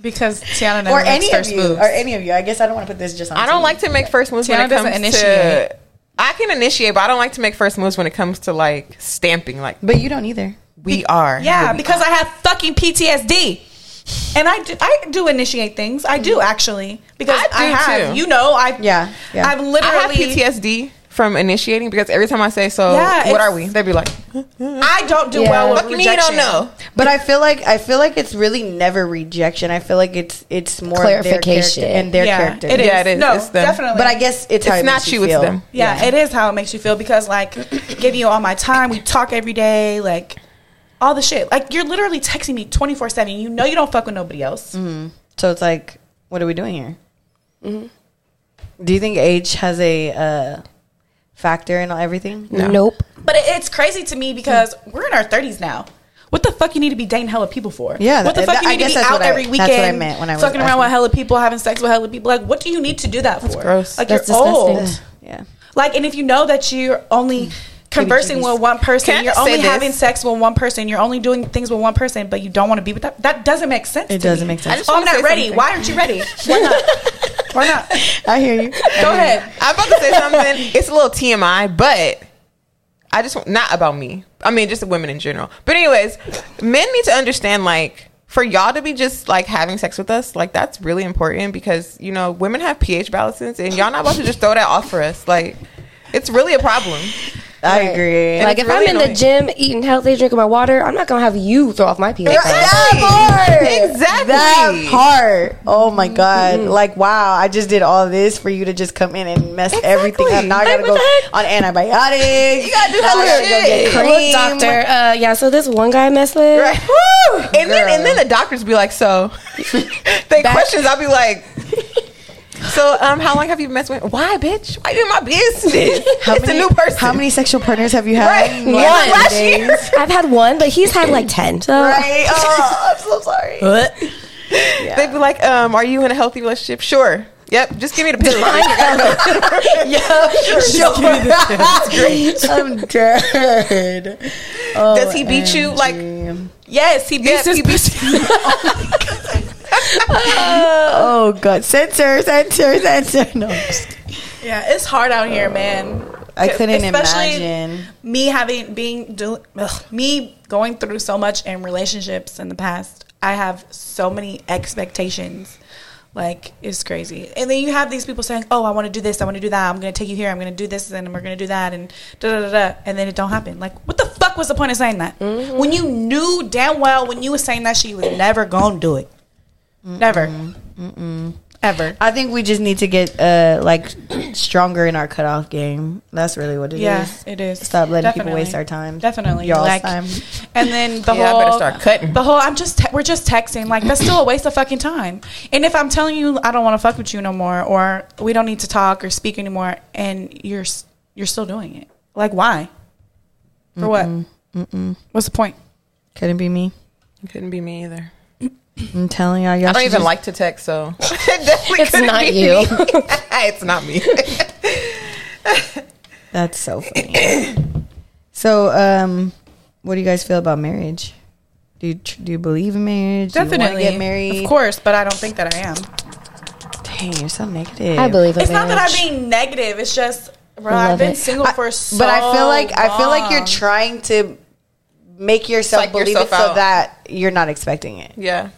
Speaker 3: Because Tiana never
Speaker 1: Or
Speaker 3: makes
Speaker 1: any of
Speaker 3: first
Speaker 1: you,
Speaker 3: moves.
Speaker 1: or any of you. I guess I don't want to put this just on to
Speaker 4: I don't
Speaker 1: you.
Speaker 4: like to make first moves when
Speaker 3: Tiana
Speaker 4: it comes
Speaker 3: doesn't
Speaker 4: to.
Speaker 3: initiate.
Speaker 4: I can initiate, but I don't like to make first moves when it comes to like stamping. Like
Speaker 1: But you don't either.
Speaker 4: we are.
Speaker 3: yeah,
Speaker 4: Here we
Speaker 3: because I have fucking PTSD, and I do, I do initiate things. I do actually because
Speaker 4: I do
Speaker 3: I, have
Speaker 4: too.
Speaker 3: you know I
Speaker 1: Yeah, yeah.
Speaker 3: I've literally
Speaker 4: I have PTSD from initiating because every time I say so,
Speaker 3: Yeah,
Speaker 4: what
Speaker 3: it's-
Speaker 4: are we? They'd be like,
Speaker 3: I don't do
Speaker 2: Yeah.
Speaker 3: well with
Speaker 4: "Fuck you mean you
Speaker 3: rejection.
Speaker 4: don't know?"
Speaker 1: But I feel like I feel like it's really never rejection. I feel like it's it's more of
Speaker 2: Clarification.
Speaker 1: their character and their
Speaker 3: yeah,
Speaker 1: character.
Speaker 3: It is.
Speaker 4: Yeah, it is.
Speaker 3: No,
Speaker 4: It's them.
Speaker 3: definitely.
Speaker 1: But I guess it's how
Speaker 4: It's
Speaker 1: it
Speaker 4: not
Speaker 1: makes
Speaker 4: you, it's
Speaker 1: feel.
Speaker 4: them.
Speaker 3: yeah, it is how it makes you feel because like giving you all my time, we talk every day, like all the shit. Like you're literally texting me twenty four seven. You know you don't fuck with nobody else.
Speaker 1: So it's like, what are we doing here? Do you think age has a uh, factor in everything?
Speaker 2: Nope.
Speaker 3: But it, it's crazy to me because we're in our thirties now. What the fuck you need to be dating hella people for?
Speaker 1: Yeah,
Speaker 3: what the
Speaker 1: that-
Speaker 3: fuck
Speaker 1: that-
Speaker 3: you
Speaker 1: I
Speaker 3: need
Speaker 1: guess
Speaker 3: to be
Speaker 1: that's
Speaker 3: out
Speaker 1: what I-
Speaker 3: every
Speaker 1: that's what I
Speaker 3: weekend?
Speaker 1: meant when I was
Speaker 3: fucking around
Speaker 1: asking.
Speaker 3: with hella people, having sex with hella people. Like, what do you need to do that for?
Speaker 4: gross.
Speaker 3: Like
Speaker 2: That's
Speaker 3: you're
Speaker 2: disgusting.
Speaker 3: old.
Speaker 1: Yeah.
Speaker 3: Like, and if you know that you're only conversing
Speaker 1: jeebies.
Speaker 3: with one person,
Speaker 4: Can I
Speaker 3: you're
Speaker 4: just say
Speaker 3: only
Speaker 4: this?
Speaker 3: having sex with one person, you're only doing things with one person, but you don't want to be with that. That doesn't make sense.
Speaker 1: It
Speaker 3: to
Speaker 1: doesn't
Speaker 3: me.
Speaker 1: make sense.
Speaker 4: I just
Speaker 3: Oh, I'm
Speaker 4: wanna
Speaker 3: not
Speaker 4: say
Speaker 3: ready.
Speaker 4: something.
Speaker 3: Why aren't you ready? Why not? Why not?
Speaker 1: I hear you.
Speaker 3: Go ahead.
Speaker 4: I'm about to say something. It's a little TMI, but I just want not about me. I mean, just women in general. But anyways, men need to understand like for y'all to be just like having sex with us, like that's really important because you know women have pH balances, and y'all not about to just throw that off for us. Like, it's really a problem.
Speaker 1: I
Speaker 2: Right.
Speaker 1: agree.
Speaker 2: Like if
Speaker 4: it's really
Speaker 2: I'm in
Speaker 4: annoying.
Speaker 2: the gym eating healthy, drinking my water, I'm not gonna have you throw off my pH. balance.
Speaker 4: Exactly. Mm-hmm.
Speaker 1: That part. Oh my god. Like wow, I just did all this for you to just come in and mess everything up. Now I
Speaker 4: Like,
Speaker 1: gotta
Speaker 4: what
Speaker 1: go
Speaker 4: the
Speaker 1: on antibiotics.
Speaker 4: You gotta do
Speaker 1: Now I
Speaker 4: hella
Speaker 1: gotta go get
Speaker 4: shit.
Speaker 1: cream.
Speaker 2: Look, doctor. Uh, yeah. So this one guy I messed with.
Speaker 4: Right. And then and then the doctors be like, so they questions. I'll be like, so um, how long have you messed with? Why, bitch? Why you in my business?
Speaker 1: How
Speaker 4: it's
Speaker 1: many,
Speaker 4: a new person.
Speaker 1: How many sexual partners have you had?
Speaker 4: Right.
Speaker 1: Like,
Speaker 4: One. Last
Speaker 1: days?
Speaker 4: year.
Speaker 2: I've had one, but he's had like ten. So
Speaker 1: Right. Oh, I'm so sorry.
Speaker 4: They'd be like, um, are you in a healthy relationship? Sure. Yep. Just give me the picture.
Speaker 1: Yeah, sure. I'm dead.
Speaker 4: Does he beat you? Like,
Speaker 3: Yes, he beats
Speaker 4: yeah, he
Speaker 3: his
Speaker 4: beat you. uh,
Speaker 1: Oh god, censor, censor, censor. No, I'm just kidding.
Speaker 3: Yeah, it's hard out here, man.
Speaker 1: I couldn't
Speaker 3: Especially
Speaker 1: imagine.
Speaker 3: me having being do, ugh, me going through so much in relationships in the past. I have so many expectations. Like it's crazy. And then you have these people saying, "Oh, I want to do this. I want to do that. I'm going to take you here. I'm going to do this, and we're going to do that." And da da da da. And then it don't happen. Like, what the fuck was the point of saying that?
Speaker 1: Mm-hmm.
Speaker 3: When you knew damn well when you were saying that shit, you was never gonna do it. Never. Ever.
Speaker 1: I think we just need to get uh like stronger in our cutoff game. That's really what it is.
Speaker 3: Yeah, it is.
Speaker 1: Stop letting people
Speaker 3: Definitely.
Speaker 1: waste our time.
Speaker 3: Definitely,
Speaker 1: y'all's
Speaker 3: like,
Speaker 1: time.
Speaker 3: and then the
Speaker 4: Yeah, I
Speaker 3: whole
Speaker 4: better start cutting.
Speaker 3: The whole I'm just te- we're just texting. Like that's still a waste of fucking time. And if I'm telling you I don't want to fuck with you no more, or we don't need to talk or speak anymore, and you're s- you're still doing it, like why? For what? What's the point?
Speaker 1: Couldn't be me.
Speaker 4: It couldn't be me either.
Speaker 1: I'm telling y'all. y'all
Speaker 4: I don't
Speaker 1: should
Speaker 4: even
Speaker 1: just-
Speaker 4: like to text, so it definitely
Speaker 2: It's
Speaker 4: couldn't
Speaker 2: not
Speaker 4: be
Speaker 2: you.
Speaker 4: me. it's not me.
Speaker 1: That's so funny. so, um, what do you guys feel about marriage? Do you tr- do you believe in marriage? Do you wanna
Speaker 3: Definitely
Speaker 1: get married.
Speaker 3: of course. But I don't think that I am.
Speaker 1: Dang, you're so negative.
Speaker 2: I believe in
Speaker 3: It's not that
Speaker 2: marriage.
Speaker 3: I'm being negative. It's just bro,
Speaker 2: I
Speaker 3: I've
Speaker 2: love
Speaker 3: been
Speaker 2: it.
Speaker 3: single
Speaker 1: I-
Speaker 3: for so.
Speaker 1: but I feel like I feel like you're
Speaker 3: long.
Speaker 1: trying to make yourself
Speaker 4: Psych
Speaker 1: believe
Speaker 4: yourself
Speaker 1: it so
Speaker 4: out.
Speaker 1: that you're not expecting it.
Speaker 4: yeah.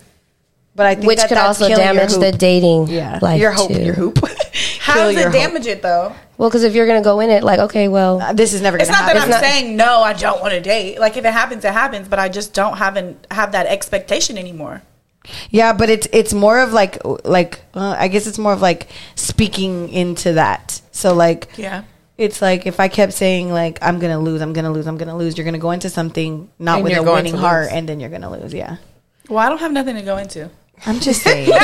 Speaker 1: But I think
Speaker 2: which
Speaker 1: that
Speaker 2: could
Speaker 1: that's
Speaker 2: also
Speaker 1: killing your
Speaker 2: damage the
Speaker 1: hoop.
Speaker 2: dating
Speaker 1: yeah
Speaker 2: life
Speaker 1: your hope
Speaker 2: too.
Speaker 1: your hoop.
Speaker 3: How
Speaker 1: Kill
Speaker 3: does
Speaker 1: your
Speaker 3: it
Speaker 1: hope.
Speaker 3: damage it though?
Speaker 2: Well, because if you're gonna go in it, like okay, well,
Speaker 1: Uh, This is never.
Speaker 3: It's
Speaker 1: gonna
Speaker 3: not that
Speaker 1: happen.
Speaker 3: I'm saying no, I don't want to date. Like if it happens, it happens. But I just don't have an, have that expectation anymore.
Speaker 1: Yeah, but it's it's more of like like uh, I guess it's more of like speaking into that. So like
Speaker 3: Yeah.
Speaker 1: it's like if I kept saying like I'm gonna lose, I'm gonna lose, I'm gonna lose. You're gonna go into something not
Speaker 4: And
Speaker 1: with
Speaker 4: you're
Speaker 1: a
Speaker 4: going
Speaker 1: winning
Speaker 4: to
Speaker 1: heart,
Speaker 4: lose.
Speaker 1: and then you're gonna lose. Yeah,
Speaker 3: Well, I don't have nothing to go into.
Speaker 1: I'm just saying.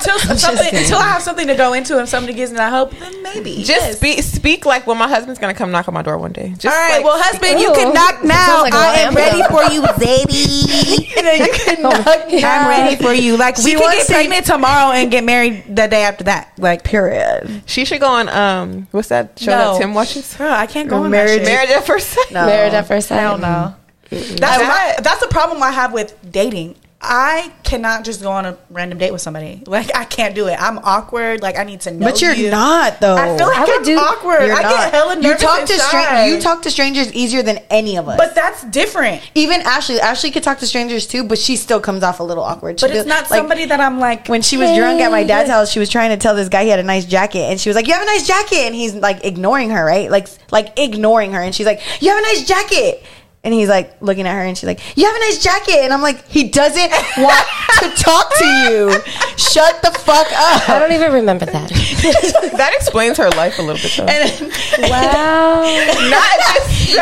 Speaker 3: So until something,
Speaker 1: saying.
Speaker 3: until I have something to go into, and somebody gives me that hope, then maybe.
Speaker 4: Just speak speak like when my husband's gonna come knock on my door one day. Just
Speaker 3: All right,
Speaker 4: like,
Speaker 3: well, husband, you
Speaker 2: Ooh.
Speaker 3: can knock now.
Speaker 2: Sounds like a
Speaker 3: I am
Speaker 2: lot of
Speaker 3: ready for
Speaker 2: Amazon.
Speaker 3: you, baby. you can knock now. I'm ready for you. Like we
Speaker 1: She
Speaker 3: can
Speaker 1: wants
Speaker 3: get
Speaker 1: to-
Speaker 3: pregnant tomorrow and get married the day after that. Like
Speaker 1: Period.
Speaker 4: she should go on um what's that show
Speaker 3: No.
Speaker 4: that Tim watches?
Speaker 3: Bro, I can't go
Speaker 1: Your
Speaker 3: on
Speaker 1: marriage-
Speaker 3: That shit.
Speaker 4: Marriage at first sight.
Speaker 1: No.
Speaker 2: married at first sight.
Speaker 3: Hell no. That's my, that's the problem I have with dating. I cannot just go on a random date with somebody. Like I can't do it. I'm awkward. Like I need to know.
Speaker 1: But you're
Speaker 3: you.
Speaker 1: not though.
Speaker 3: I feel like
Speaker 2: I would
Speaker 3: am
Speaker 2: do-
Speaker 3: awkward.
Speaker 1: You're
Speaker 3: I
Speaker 1: not.
Speaker 3: get hella nervous.
Speaker 1: you talk to
Speaker 3: and
Speaker 1: stra-
Speaker 3: shy.
Speaker 1: you talk to strangers easier than any of us.
Speaker 3: but that's different.
Speaker 1: even Ashley, Ashley could talk to strangers too, but she still comes off a little awkward. She'll
Speaker 3: But it's
Speaker 1: be
Speaker 3: not
Speaker 1: like-
Speaker 3: somebody that I'm like.
Speaker 1: when she was drunk at my dad's house, she was trying to tell this guy he had a nice jacket, and she was like, "You have a nice jacket," and he's like ignoring her, right? Like, like ignoring her, and she's like, "You have a nice jacket," and he's like looking at her, and she's like, "You have a nice jacket," and I'm like, "He doesn't want to talk to you. Shut the fuck
Speaker 2: I
Speaker 1: up."
Speaker 2: don't even remember that.
Speaker 4: That explains her life a little bit though.
Speaker 2: wow.
Speaker 4: not just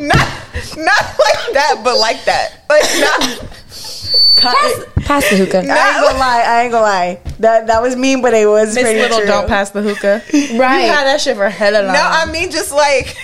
Speaker 4: not not like that, but like that. Like not
Speaker 2: Pass the hookah.
Speaker 1: I ain't gonna lie. I ain't gonna lie. That that was mean, but it was
Speaker 3: Miss
Speaker 1: pretty
Speaker 3: Little
Speaker 1: true.
Speaker 3: don't pass the hookah.
Speaker 2: Right.
Speaker 3: You had that shit for hella long.
Speaker 4: no, I mean just like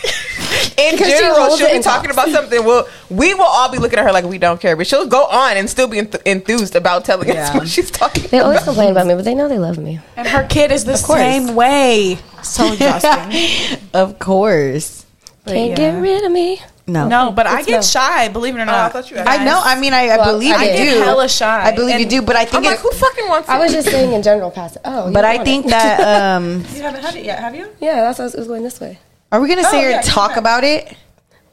Speaker 4: in
Speaker 2: 'Cause she
Speaker 4: general,
Speaker 2: holds
Speaker 4: she'll
Speaker 2: it
Speaker 4: be
Speaker 2: in
Speaker 4: talking about something. We'll we will all be looking at her like we don't care, but she'll go on and still be enth- enthused about telling us
Speaker 1: Yeah.
Speaker 4: what she's talking.
Speaker 2: They always complain about me, but they know they love me.
Speaker 3: and her kid is the
Speaker 1: course.
Speaker 3: same way. So exhausting.
Speaker 1: of course.
Speaker 2: Can't
Speaker 3: yeah.
Speaker 2: get rid of me.
Speaker 1: No.
Speaker 3: no, but I
Speaker 2: It's
Speaker 3: get
Speaker 2: no.
Speaker 3: shy. Believe it or not,
Speaker 4: I thought you
Speaker 1: Oh, I know. I mean, I, I
Speaker 2: Well,
Speaker 1: believe
Speaker 2: I
Speaker 1: you
Speaker 2: get
Speaker 1: do.
Speaker 3: hella shy.
Speaker 1: I believe you
Speaker 3: And
Speaker 1: do, but I think
Speaker 4: I'm like,
Speaker 1: it's-
Speaker 4: who fucking wants?
Speaker 2: I
Speaker 4: it?
Speaker 2: was just saying in general, pass it. Oh, you
Speaker 1: But
Speaker 2: don't
Speaker 1: I
Speaker 2: want
Speaker 1: think
Speaker 2: it. uh,
Speaker 1: that um
Speaker 3: You haven't had it yet, have you?
Speaker 2: yeah, that's why it was going this way.
Speaker 1: are we gonna sit
Speaker 3: Oh,
Speaker 1: here
Speaker 3: yeah,
Speaker 1: and talk
Speaker 3: yeah.
Speaker 1: about it?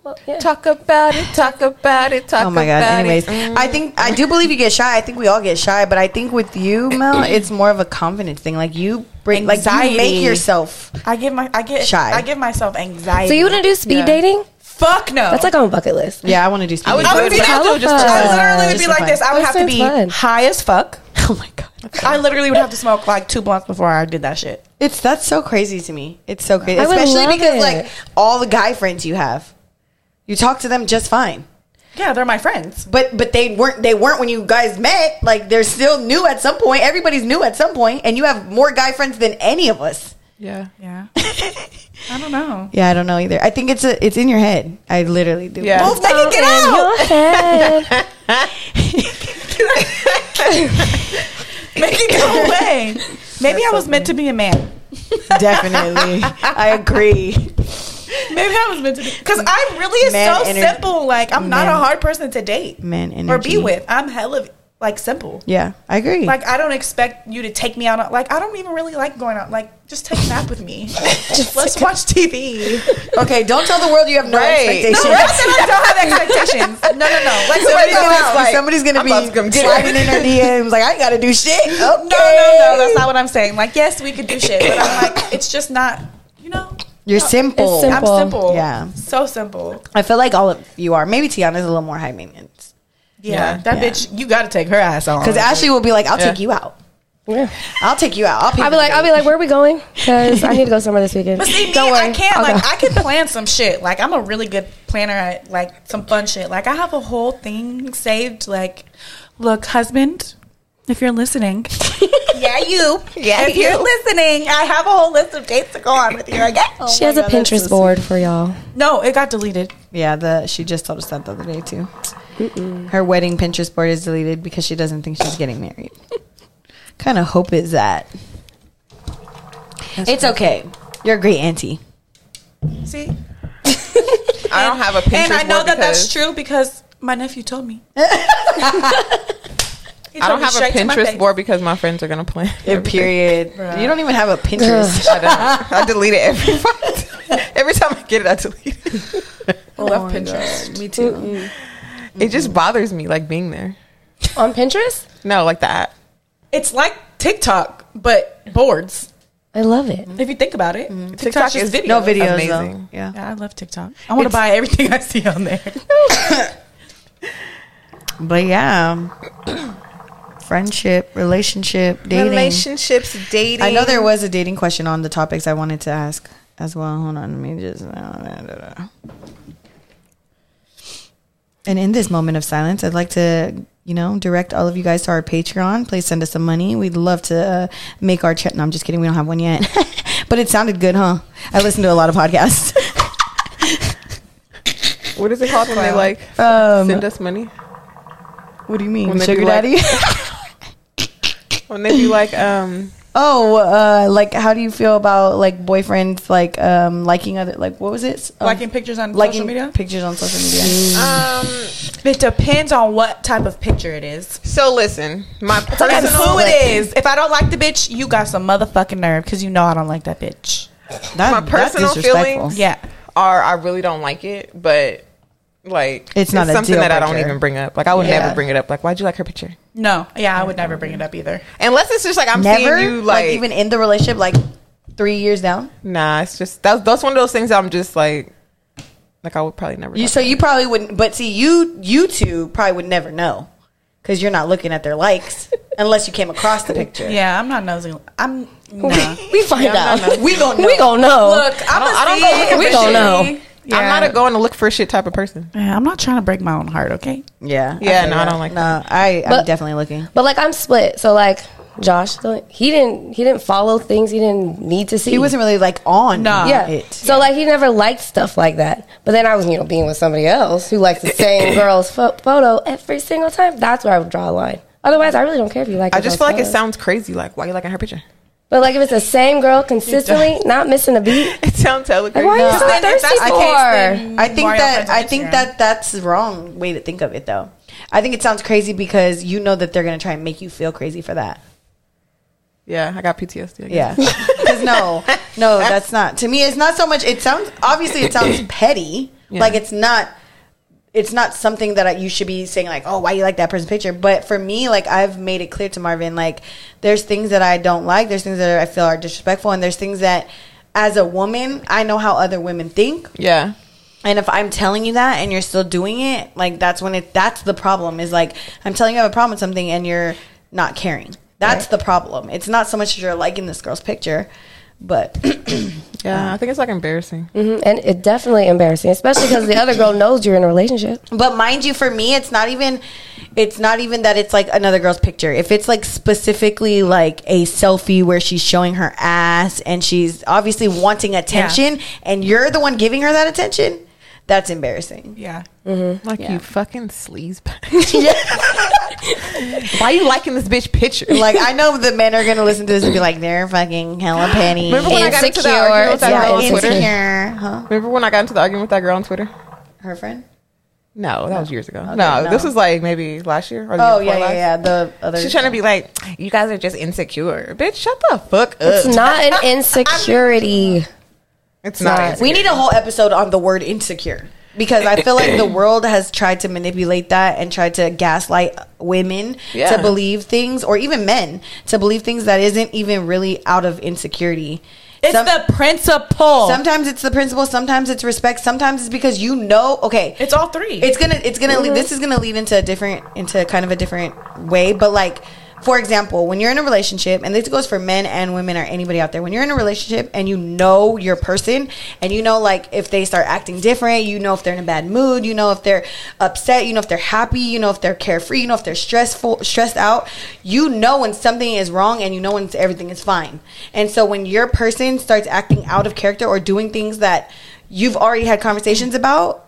Speaker 2: Well, yeah.
Speaker 4: talk about it, talk about it, talk
Speaker 1: Oh my god.
Speaker 4: about
Speaker 1: Anyways,
Speaker 4: it. Mm.
Speaker 1: I think I do believe you get shy. I think we all get shy, but I think with you, Mel, it's more of a confidence thing. Like you bring like you make
Speaker 3: Anxiety.
Speaker 1: yourself
Speaker 3: I give my I get
Speaker 1: Shy.
Speaker 3: I give myself anxiety.
Speaker 2: So you want to do speed dating?
Speaker 3: Fuck no.
Speaker 2: That's like on a bucket list.
Speaker 1: Yeah, I wanna do
Speaker 4: I would,
Speaker 1: I
Speaker 4: I
Speaker 3: would
Speaker 4: would
Speaker 3: be
Speaker 4: be
Speaker 3: down
Speaker 4: do just
Speaker 3: I
Speaker 2: Uh,
Speaker 3: literally would
Speaker 1: just
Speaker 3: be
Speaker 1: for
Speaker 3: like
Speaker 1: fun.
Speaker 3: this. I would
Speaker 2: That
Speaker 3: have to
Speaker 2: sounds
Speaker 3: be
Speaker 2: fun.
Speaker 3: high as fuck.
Speaker 1: oh my god.
Speaker 3: I literally would have to smoke like two blunts before I did that shit.
Speaker 1: It's that's so crazy to me. It's so crazy.
Speaker 2: I would
Speaker 1: Especially
Speaker 2: love
Speaker 1: because
Speaker 2: it.
Speaker 1: like all the guy friends you have. You talk to them just fine.
Speaker 3: Yeah, they're my friends.
Speaker 1: But but they weren't they weren't when you guys met. Like they're still new at some point. Everybody's new at some point, and you have more guy friends than any of us.
Speaker 4: Yeah.
Speaker 3: Yeah. I don't know.
Speaker 1: Yeah, I don't know either. I think it's a it's in your head. I literally do.
Speaker 4: Yeah.
Speaker 1: Well, take it, get
Speaker 2: In
Speaker 1: out.
Speaker 2: your head.
Speaker 3: Make it go away. Maybe I was meant to be a man.
Speaker 1: Definitely, I agree.
Speaker 3: Maybe I was meant to be because I'm really
Speaker 1: Man
Speaker 3: so
Speaker 1: ener-
Speaker 3: simple. Like I'm not
Speaker 1: Man.
Speaker 3: a hard person to date
Speaker 1: Man energy.
Speaker 3: or be with. I'm hella like simple.
Speaker 1: Yeah, I agree.
Speaker 3: Like I don't expect you to take me out. on- Like I don't even really like going out. Like just take a nap with me. Let's watch TV.
Speaker 1: okay, don't tell the world you have no
Speaker 4: Right.
Speaker 1: expectations.
Speaker 3: No, not that I don't have expectations. No, no, no. Like
Speaker 1: Somebody's
Speaker 3: somebody
Speaker 1: gonna,
Speaker 3: go out.
Speaker 4: like,
Speaker 1: somebody's gonna
Speaker 4: I'm about to come
Speaker 1: be sliding
Speaker 4: check.
Speaker 1: in her DMs like I ain't gotta do shit. Okay.
Speaker 3: No, no, no. That's not what I'm saying. Like yes, we could do shit, but I'm like it's just not. You know.
Speaker 1: You're
Speaker 3: No,
Speaker 1: simple.
Speaker 2: It's simple.
Speaker 3: I'm simple.
Speaker 1: Yeah.
Speaker 3: So simple.
Speaker 1: I feel like all of you are. Maybe Tiana's a little more high maintenance
Speaker 3: Yeah.
Speaker 4: Yeah.
Speaker 3: That
Speaker 1: Yeah.
Speaker 3: bitch, you got to take her ass on.
Speaker 1: because Ashley will be like, "I'll take you
Speaker 4: Yeah.
Speaker 1: out.
Speaker 2: Yeah.
Speaker 1: I'll take you out. I'll, pay
Speaker 2: I'll be
Speaker 1: for
Speaker 2: like,
Speaker 1: the
Speaker 2: I'll be
Speaker 1: date."
Speaker 2: like, where are we going? Because I need to go somewhere this weekend.
Speaker 3: But see, me,
Speaker 2: Don't worry,
Speaker 3: I can't.
Speaker 2: I'll
Speaker 3: like,
Speaker 2: go.
Speaker 3: I can plan some shit. Like, I'm a really good planner at like some fun shit. Like, I have a whole thing saved. Like, look, husband, if you're listening, yeah, you, yeah, if you're listening, I have a whole list of dates to go on with you. I guess.
Speaker 4: Oh
Speaker 2: she has a Pinterest board for y'all.
Speaker 3: No, it got deleted.
Speaker 1: Yeah, the she just told us that the other day too. Her wedding Pinterest board is deleted because she doesn't think she's getting married. kind of hope is that. it's okay. You're a great auntie.
Speaker 3: See,
Speaker 4: I don't have a Pinterest
Speaker 3: and I know
Speaker 4: board
Speaker 3: that that's
Speaker 4: because
Speaker 3: true because my nephew told me. He
Speaker 4: I
Speaker 3: told
Speaker 4: don't
Speaker 3: me
Speaker 4: have a
Speaker 3: straight to my
Speaker 4: Pinterest
Speaker 3: face.
Speaker 4: board because my friends are gonna plan.
Speaker 1: period. You don't even have a Pinterest.
Speaker 4: I, don't. I delete it every every time I get it. I delete it.
Speaker 2: Oh
Speaker 3: I love Pinterest.
Speaker 1: Me too.
Speaker 4: It
Speaker 1: Mm-hmm.
Speaker 4: just bothers me, like being there.
Speaker 2: On Pinterest?
Speaker 4: No, like the app.
Speaker 3: It's like TikTok, but boards.
Speaker 2: I love it.
Speaker 3: If you think about it,
Speaker 4: TikTok
Speaker 3: Mm-hmm. TikTok is
Speaker 4: is
Speaker 3: video.
Speaker 1: No videos
Speaker 4: Amazing.
Speaker 1: though. Yeah.
Speaker 3: Yeah, I love TikTok. I want to buy everything I see on there.
Speaker 1: But yeah. um, Friendship, relationship, dating.
Speaker 4: Relationships, dating.
Speaker 1: I know there was a dating question on the topics I wanted to ask as well. Hold on, let me just. uh, And in this moment of silence, I'd like to, you know, direct all of you guys to our Patreon. Please send us some money. We'd love to uh, make our chat. No, I'm just kidding. We don't have one yet. but it sounded good, huh? I listen to a lot of podcasts.
Speaker 4: What is it called when they like send
Speaker 1: Um,
Speaker 4: us money?
Speaker 1: what do you mean,
Speaker 4: when they
Speaker 1: sugar
Speaker 4: do, like-
Speaker 1: daddy?
Speaker 4: When they be like, um,
Speaker 1: oh, uh, like how do you feel about like boyfriends like um, liking other like what was it? Um,
Speaker 3: Liking pictures on
Speaker 1: liking
Speaker 3: social media.
Speaker 1: pictures on social media.
Speaker 4: um.
Speaker 3: It depends on what type of picture it is
Speaker 4: So listen, my
Speaker 3: and
Speaker 4: personal
Speaker 3: who it is. If I don't like the bitch, you got some motherfucking nerve because you know I don't like that bitch.
Speaker 1: That,
Speaker 4: My
Speaker 1: that's
Speaker 4: personal
Speaker 1: disrespectful.
Speaker 4: feelings-
Speaker 3: Yeah,
Speaker 4: are I really don't like it, but like
Speaker 1: It's not a
Speaker 4: something
Speaker 1: deal
Speaker 4: that I don't
Speaker 1: breaker.
Speaker 4: even bring up. Like I would
Speaker 1: Yeah.
Speaker 4: never bring it up. Like why'd you like her picture?
Speaker 3: no, yeah, I would never bring it up either.
Speaker 4: Unless it's just like I'm
Speaker 1: Never,
Speaker 4: seeing you
Speaker 1: like,
Speaker 4: like,
Speaker 1: even in the relationship, like three years down.
Speaker 4: nah. It's just that's that's one of those things that I'm just like like I would probably never.
Speaker 1: You
Speaker 4: talk
Speaker 1: so you probably wouldn't, but see, you you two probably would never know because you're not looking at their likes unless you came across the picture.
Speaker 3: Yeah, I'm not nosy. I'm nah.
Speaker 2: We find out.
Speaker 1: We gonna know.
Speaker 2: We gonna know.
Speaker 3: look. I'm
Speaker 4: don't-
Speaker 3: a
Speaker 4: I don't
Speaker 3: see
Speaker 4: go looking
Speaker 3: it.
Speaker 2: for We don't shit. know.
Speaker 4: about. I'm not a going to look for shit type of person.
Speaker 3: Yeah, I'm not trying to break my own heart. Okay.
Speaker 1: Yeah,
Speaker 4: Yeah,
Speaker 1: feel
Speaker 4: no, I
Speaker 1: that.
Speaker 4: don't like
Speaker 1: No, I I'm
Speaker 2: But-
Speaker 1: definitely looking.
Speaker 2: But like I'm split. So like Josh, he didn't he didn't follow things he didn't need to see.
Speaker 1: He wasn't really like on
Speaker 3: Nah.
Speaker 2: yeah.
Speaker 1: it.
Speaker 2: So like he never liked stuff like that. But then I was you know being with somebody else who likes the same girl's pho- photo every single time. That's where I would draw a line. Otherwise, I really don't care if you like.
Speaker 4: I
Speaker 2: the
Speaker 4: just feel
Speaker 2: girl's
Speaker 4: like it
Speaker 2: photo.
Speaker 4: sounds crazy. Like why you liking her picture?
Speaker 2: But like if it's the same girl consistently, not missing a beat.
Speaker 4: It sounds hella
Speaker 2: Like
Speaker 4: crazy.
Speaker 2: why are you
Speaker 4: No.
Speaker 2: so
Speaker 3: I think
Speaker 2: thirsty
Speaker 3: that's the case, then-
Speaker 2: for?
Speaker 1: I think
Speaker 3: Mario
Speaker 1: that
Speaker 3: Friends on
Speaker 1: I think
Speaker 3: Instagram.
Speaker 1: that that's the wrong way to think of it though. I think it sounds crazy because you know that they're gonna try and make you feel crazy for that.
Speaker 4: Yeah, I got PTSD. I guess.
Speaker 1: Yeah. Because no, no, that's not. To me, it's not so much. It sounds obviously it sounds petty.
Speaker 4: Yeah.
Speaker 1: Like it's not. It's not something that I, you should be saying like, "Oh, why you like that person's picture?" But for me, like I've made it clear to Marvin, like there's things that I don't like, there's things that I feel are disrespectful, and there's things that, as a woman, I know how other women think,
Speaker 4: yeah.
Speaker 1: and if I'm telling you that and you're still doing it, like that's when it that's the problem is like I'm telling you I have a problem with something and you're not caring. That's the problem. It's not so much that you're liking this girl's picture, but
Speaker 4: Yeah,
Speaker 2: Uh.
Speaker 4: I think it's like embarrassing.
Speaker 2: Mhm. And it definitely embarrassing, especially because the other girl knows you're in a relationship.
Speaker 1: but mind you for me it's not even it's not even that it's like another girl's picture. If it's like specifically like a selfie where she's showing her ass and she's obviously wanting attention and you're the one giving her that attention, that's embarrassing.
Speaker 3: Yeah.
Speaker 4: Like you fucking sleaze. why you liking this bitch picture?
Speaker 1: Like I know the men are gonna listen to this and be like, they're fucking hella petty.
Speaker 4: Remember when I got into that
Speaker 2: Insecure.
Speaker 4: argument with that
Speaker 2: Yeah,
Speaker 4: girl on
Speaker 2: insecure.
Speaker 4: Twitter?
Speaker 1: insecure, huh?
Speaker 4: Remember when I got into the argument with that girl on Twitter?
Speaker 1: Her friend.
Speaker 4: No, that was years ago. no,
Speaker 2: no.
Speaker 4: this was like maybe last year. Or the
Speaker 2: Oh yeah,
Speaker 4: year
Speaker 2: yeah,
Speaker 4: before last.
Speaker 2: yeah. The other.
Speaker 4: She's trying to be like, you guys are just insecure, bitch. Shut the fuck up.
Speaker 2: It's not an insecurity.
Speaker 4: It's not.
Speaker 2: not.
Speaker 4: insecure.
Speaker 1: We need a whole episode on the word insecure because I feel like the world has tried to manipulate that and tried to gaslight women
Speaker 4: Yeah.
Speaker 1: to believe things or even men to believe things that isn't even really out of insecurity.
Speaker 3: It's
Speaker 1: Some-
Speaker 3: the principle.
Speaker 1: sometimes it's the principle, sometimes it's respect, sometimes it's because you know, okay.
Speaker 3: it's all three.
Speaker 1: It's gonna it's gonna lead this is gonna lead into a different into kind of a different way. But like for example, when you're in a relationship, and this goes for men and women or anybody out there, when you're in a relationship and you know your person and you know like if they start acting different, you know if they're in a bad mood, you know if they're upset, you know if they're happy, you know if they're carefree, you know if they're stressful stressed out, you know when something is wrong and you know when everything is fine. And so when your person starts acting out of character or doing things that you've already had conversations about,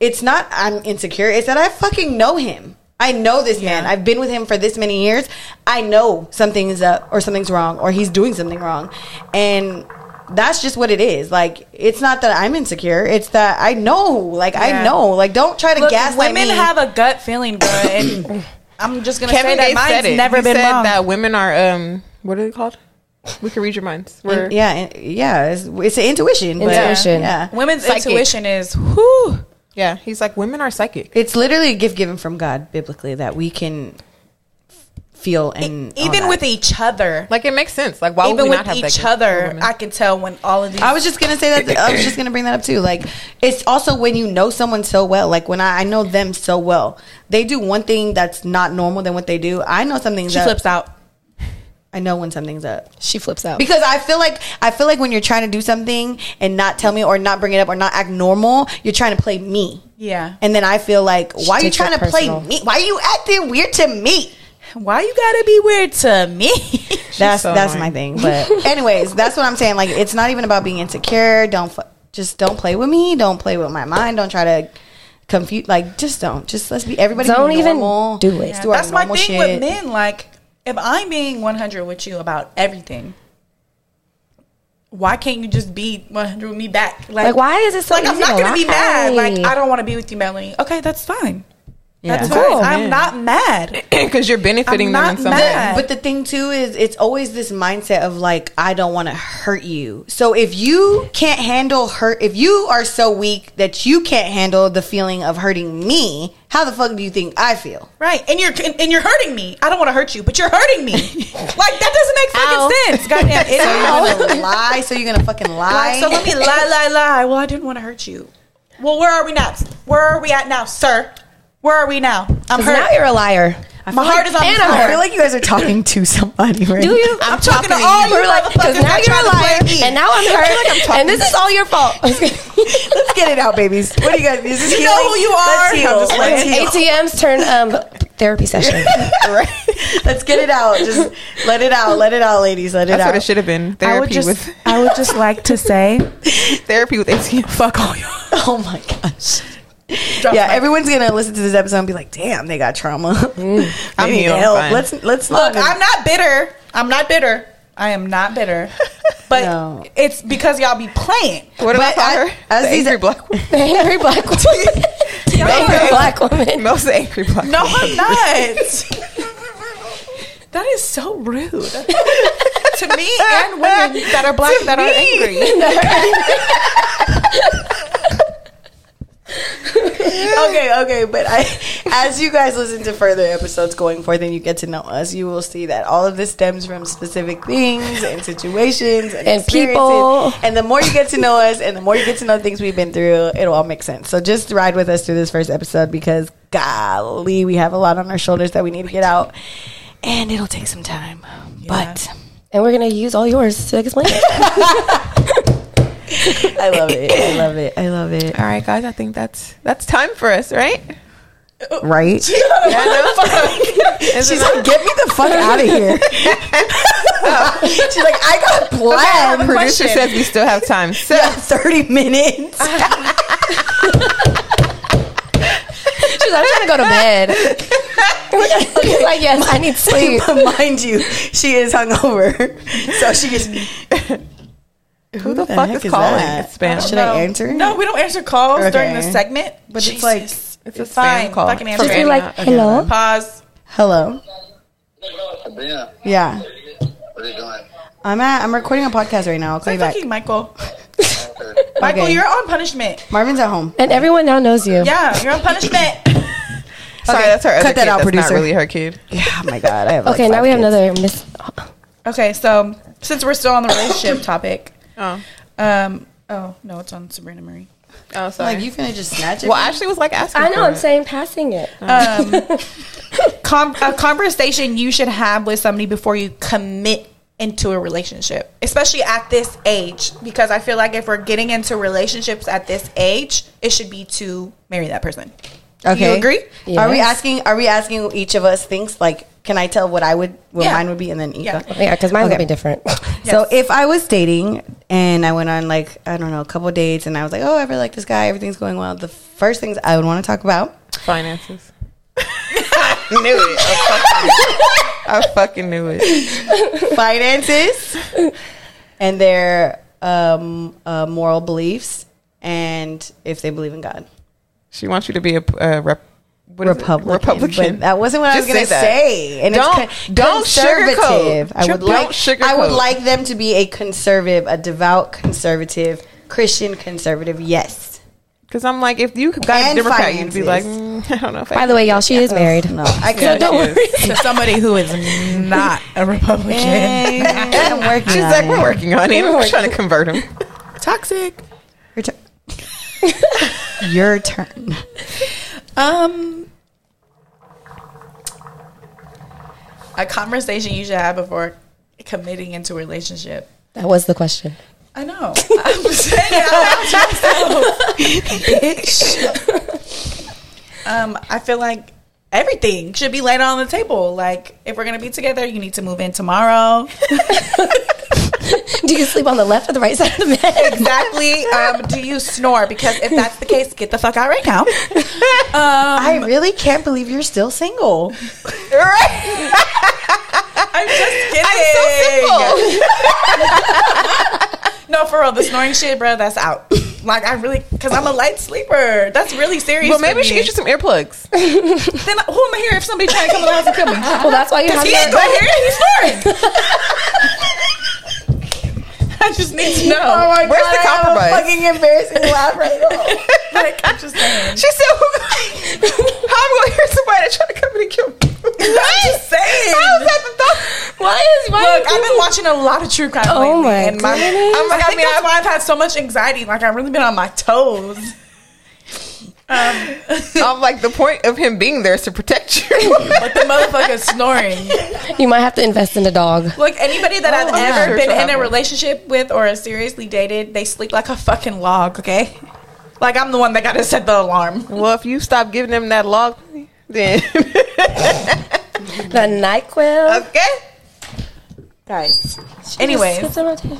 Speaker 1: it's not I'm insecure. It's that I fucking know him. I know this man. I've been with him for this many years. I know something's up or something's wrong or he's doing something wrong. And that's just what it is. Like it's not that I'm insecure. It's that I know. Like I
Speaker 3: Yeah.
Speaker 1: know. Like don't try to
Speaker 3: Look,
Speaker 1: gaslight
Speaker 3: women
Speaker 1: me.
Speaker 3: have a gut feeling, bro. And I'm just gonna say
Speaker 4: Kevin
Speaker 3: that
Speaker 4: Gates said
Speaker 3: mine's
Speaker 4: it.
Speaker 3: never
Speaker 4: he
Speaker 3: been
Speaker 4: said
Speaker 3: wrong.
Speaker 4: that women are um, what are they called? We can read your minds. We're
Speaker 1: And- yeah, and- yeah. It's, it's an intuition. but-
Speaker 2: Intuition.
Speaker 1: Yeah.
Speaker 3: Women's
Speaker 4: Psychic.
Speaker 3: intuition is whoo.
Speaker 4: yeah. He's like women are psychic.
Speaker 1: It's literally a gift given from God biblically that we can f- feel and all
Speaker 3: E, Even
Speaker 1: that.
Speaker 3: with each other,
Speaker 4: Like it makes sense. Like why would
Speaker 3: even
Speaker 4: we
Speaker 3: with
Speaker 4: not have that
Speaker 3: each
Speaker 4: gift for
Speaker 3: other,
Speaker 4: women?
Speaker 3: I can tell when all of these.
Speaker 1: I was just gonna say that. I was just gonna bring that up too. Like, it's also when you know someone so well. Like when I, I know them so well, they do one thing that's not normal than what they do. I know something's
Speaker 3: she
Speaker 1: up.
Speaker 3: flips out.
Speaker 1: I know when something's up
Speaker 2: She flips out.
Speaker 1: because I feel like I feel like when you're trying to do something and not tell me or not bring it up or not act normal, you're trying to play me.
Speaker 3: Yeah.
Speaker 1: And then I feel like, why are you
Speaker 2: takes it
Speaker 1: trying to play
Speaker 2: personal.
Speaker 1: me? Why are you acting weird to me?
Speaker 3: Why you gotta be weird to me?
Speaker 1: that's
Speaker 4: so
Speaker 1: that's
Speaker 4: annoying.
Speaker 1: my thing. But anyways, that's what I'm saying. Like it's not even about being insecure. Don't fu- just don't play with me. Don't play with my mind. Don't try to confuse. Like just don't. Just let's be everybody. be
Speaker 2: Don't even
Speaker 1: normal.
Speaker 2: do it.
Speaker 1: Let's
Speaker 2: Yeah,
Speaker 1: do our
Speaker 3: that's my
Speaker 1: normal
Speaker 3: thing
Speaker 1: shit.
Speaker 3: with men. Like, if I'm being 100 with you about everything, why can't you just be 100 with me back?
Speaker 2: Like, why is it so
Speaker 3: Like, I'm
Speaker 2: easy
Speaker 3: not
Speaker 2: to
Speaker 3: gonna be
Speaker 2: lie?
Speaker 3: mad. Like, I don't want to be with you, Melanie. Okay, that's fine. That's
Speaker 2: Cool.
Speaker 3: cool. I'm
Speaker 4: Yeah.
Speaker 3: not mad.
Speaker 4: because you're benefiting
Speaker 3: I'm
Speaker 4: them in
Speaker 3: not
Speaker 4: some
Speaker 3: mad.
Speaker 4: way.
Speaker 1: But the thing too is, it's always this mindset of like, I don't want to hurt you. So if you can't handle hurt, if you are so weak that you can't handle the feeling of hurting me, how the fuck do you think I feel?
Speaker 3: Right, and you're and you're hurting me. I don't want to hurt you, but you're hurting me. like that
Speaker 2: Ow.
Speaker 3: doesn't make fucking sense. Goddamn
Speaker 1: So you're
Speaker 3: idiot.
Speaker 1: gonna lie. So you're gonna fucking lie.
Speaker 3: Like, so let me lie, lie, lie. Well, I didn't want to hurt you. Well, where are we now? Where are we at now, sir? Where are we now? I'm
Speaker 2: 'Cause
Speaker 3: hurt.
Speaker 2: now you're a liar.
Speaker 3: My heart is on
Speaker 2: and
Speaker 3: fire.
Speaker 1: I feel like you guys are talking to somebody right
Speaker 2: Do
Speaker 1: now.
Speaker 2: you?
Speaker 3: I'm talking to all you
Speaker 2: We're like, because
Speaker 3: motherfuckers
Speaker 2: now you're
Speaker 3: that try
Speaker 2: a
Speaker 3: to play
Speaker 2: liar,
Speaker 3: me.
Speaker 2: and now I'm hurt, and this is all your fault.
Speaker 1: Let's get it out, babies. What do you guys? Is this
Speaker 3: You know
Speaker 1: healing?
Speaker 3: who you are.
Speaker 1: Let's heal.
Speaker 3: I'm just like-
Speaker 1: Let's heal.
Speaker 2: ATMs turn um therapy session.
Speaker 1: Right? Let's get it out. Just let it out. Let it out, ladies. Let it
Speaker 4: That's
Speaker 1: out.
Speaker 4: what it should have been. Therapy with
Speaker 3: I would just like to say,
Speaker 4: therapy with ATM.
Speaker 3: fuck all y'all.
Speaker 1: Oh my gosh. yeah, everyone's gonna listen to this episode and be like, "Damn, they got trauma.
Speaker 4: I'm
Speaker 1: they need
Speaker 4: healed.
Speaker 1: help.
Speaker 4: Fine.
Speaker 1: Let's let's
Speaker 3: Look,
Speaker 1: not.
Speaker 3: I'm not bitter. I'm not bitter. I am not bitter. But
Speaker 1: No.
Speaker 3: it's because y'all be playing.
Speaker 4: What about
Speaker 1: But I-
Speaker 4: her?
Speaker 1: as
Speaker 4: the
Speaker 1: these-
Speaker 4: angry black woman.
Speaker 2: The angry black woman. The angry black woman.
Speaker 4: Mel's the angry black.
Speaker 3: No,
Speaker 4: woman.
Speaker 3: I'm not. that is so rude to me and women that are black that are angry.
Speaker 1: okay, okay, but I, as you guys listen to further episodes going forth and you get to know us, you will see that all of this stems from specific things and situations and,
Speaker 2: And
Speaker 1: experiences.
Speaker 2: people.
Speaker 1: And the more you get to know us, and the more you get to know things we've been through, it'll all make sense. So just ride with us through this first episode because, golly, we have a lot on our shoulders that we need to get out, and it'll take some time, but.
Speaker 2: And we're gonna use all yours to explain it.
Speaker 1: I love it. I love it. I love it.
Speaker 4: All right, guys. I think that's that's time for us, right?
Speaker 1: Right?
Speaker 4: Is it
Speaker 1: She's like, get me the fuck out of here. She's like, I got
Speaker 4: Our
Speaker 1: plans.
Speaker 4: producer says we still have time. So
Speaker 1: Yeah, 30 minutes.
Speaker 2: She's like, I'm trying to go to bed. She's like, yes, I need sleep.
Speaker 1: but mind you, she is hungover. So she is.
Speaker 4: who the,
Speaker 1: the
Speaker 4: fuck
Speaker 1: heck
Speaker 4: is
Speaker 1: is
Speaker 4: calling?
Speaker 1: that?
Speaker 3: Oh,
Speaker 4: It's spam.
Speaker 1: Should I answer?
Speaker 3: No, we don't answer calls during
Speaker 1: Okay.
Speaker 3: this segment.
Speaker 1: But it's like-
Speaker 3: Jesus.
Speaker 4: It's a
Speaker 3: It's fine.
Speaker 4: spam call.
Speaker 3: Fucking answer
Speaker 4: from
Speaker 3: it.
Speaker 2: Just be like,
Speaker 4: Anna
Speaker 2: hello.
Speaker 3: Pause.
Speaker 1: Hello.
Speaker 5: Sabrina,
Speaker 1: Yeah.
Speaker 5: what are you doing?
Speaker 1: I'm at. I'm recording a podcast right now. I'll call
Speaker 3: Say
Speaker 1: you back.
Speaker 3: fucking Michael.
Speaker 5: Okay.
Speaker 3: Michael,
Speaker 1: Okay.
Speaker 3: you're on punishment.
Speaker 1: Marvin's at home.
Speaker 2: And everyone now knows you.
Speaker 3: Yeah, you're on punishment.
Speaker 4: Sorry,
Speaker 1: Okay,
Speaker 4: that's her.
Speaker 1: cut
Speaker 4: other
Speaker 1: that
Speaker 4: kid.
Speaker 1: out,
Speaker 4: that's
Speaker 1: producer.
Speaker 4: Not really her kid.
Speaker 1: Yeah. Oh my god. I have.
Speaker 2: Okay, now we have another miss.
Speaker 3: okay, so since we're still on the relationship topic,
Speaker 4: Oh,
Speaker 3: um, oh no, it's on Sabrina Marie.
Speaker 4: oh, sorry.
Speaker 1: Like you finna just snatch it.
Speaker 4: well, Ashley was like asking.
Speaker 2: I know.
Speaker 4: for
Speaker 2: I'm
Speaker 4: it.
Speaker 2: saying passing it.
Speaker 3: Com- a conversation you should have with somebody before you commit into a relationship, especially at this age, because I feel like if we're getting into relationships at this age, it should be to marry that person.
Speaker 1: okay.
Speaker 3: You agree?
Speaker 1: Are we
Speaker 2: Yes.
Speaker 1: asking? Are we asking each of us things like? Can I tell what I would, what
Speaker 3: Yeah.
Speaker 1: mine would be, and then
Speaker 3: Yeah.
Speaker 1: Eva?
Speaker 2: Yeah, because mine
Speaker 1: Okay.
Speaker 2: will be different.
Speaker 1: So if I was dating and I went on like I don't know a couple dates and I was like, oh, I really like this guy, everything's going well. The first things I would want to talk about.
Speaker 4: finances. I knew it. I fucking, I fucking knew it.
Speaker 1: finances and their um, uh, moral beliefs and if they believe in God.
Speaker 4: She wants you to be a uh, rep. What is it?
Speaker 1: Republican.
Speaker 4: Republican.
Speaker 1: But that wasn't what I was
Speaker 4: Just
Speaker 1: going to
Speaker 4: that.
Speaker 1: say. And
Speaker 4: don't
Speaker 1: it's
Speaker 4: don't
Speaker 1: conservative.
Speaker 4: sugarcoat.
Speaker 1: I would
Speaker 4: don't
Speaker 1: like
Speaker 4: sugarcoat.
Speaker 1: I would like them to be a conservative, a devout conservative, Christian conservative. Yes.
Speaker 4: because I'm like if you got a
Speaker 1: And
Speaker 4: Democrat, you'd be like,
Speaker 1: finances.
Speaker 4: mm, I don't know. If
Speaker 2: By the way, y'all, she is married.
Speaker 1: No, I
Speaker 2: So
Speaker 1: could.
Speaker 2: don't worry.
Speaker 3: To somebody who is not a Republican.
Speaker 1: I'm working
Speaker 4: She's
Speaker 1: on
Speaker 4: like,
Speaker 1: it.
Speaker 4: we're working on it. We're trying to convert him. Toxic.
Speaker 1: Your turn. Your turn.
Speaker 3: Um, a conversation you should have before committing into a relationship.
Speaker 2: That was the question.
Speaker 3: I know. I'm saying it out loud to myself. Bitch. um, I feel like everything should be laid on the table. Like, if we're gonna be together, you need to move in tomorrow.
Speaker 2: Do you sleep on the left or the right side of the bed?
Speaker 3: Exactly. Um, do you snore? Because if that's the case, get the fuck out right now. Um,
Speaker 1: I really can't believe you're still single.
Speaker 3: I'm just kidding. I'm so simple. no, for real, the snoring shit, bro, that's out. Like I really, because I'm a light sleeper. That's really serious.
Speaker 4: Well, maybe
Speaker 3: for
Speaker 4: she
Speaker 3: me.
Speaker 4: gets you some earplugs.
Speaker 3: Then who am I here if somebody trying to come in the house and kill me?
Speaker 2: Well, that's why you have
Speaker 3: He ain't
Speaker 2: your,
Speaker 3: gonna hear it. He's snoring. I just need to know.
Speaker 4: Where's the compromise?
Speaker 1: Fucking embarrassing laugh right now.
Speaker 3: Like, I'm just saying.
Speaker 4: She said, "How am I going to hear somebody that tried to come in and kill me?"
Speaker 3: I'm just saying.
Speaker 4: I was at the thought.
Speaker 2: Why is why?
Speaker 3: Look, I've been watching a lot of true crime
Speaker 2: Oh
Speaker 3: lately,
Speaker 2: my
Speaker 3: and my,
Speaker 2: goodness.
Speaker 3: oh my God, I
Speaker 4: I
Speaker 3: think
Speaker 4: mean,
Speaker 3: that's
Speaker 4: I've-
Speaker 3: why I've had so much anxiety. Like I've really been on my toes. Um,
Speaker 4: I'm like, the point of him being there is to protect you.
Speaker 3: But the motherfucker's snoring.
Speaker 2: you might have to invest in a dog.
Speaker 3: Look, anybody that I've
Speaker 4: I'm
Speaker 3: ever
Speaker 4: Oh, sure
Speaker 3: been
Speaker 4: she'll
Speaker 3: in
Speaker 4: have
Speaker 3: a
Speaker 4: one.
Speaker 3: relationship with or seriously dated, they sleep like a fucking log, okay? Like I'm the one that gotta set the alarm.
Speaker 4: well, if you stop giving them that log, then
Speaker 2: The Nyquil.
Speaker 4: okay.
Speaker 3: Guys. Anyways,
Speaker 2: Just skip the rotation.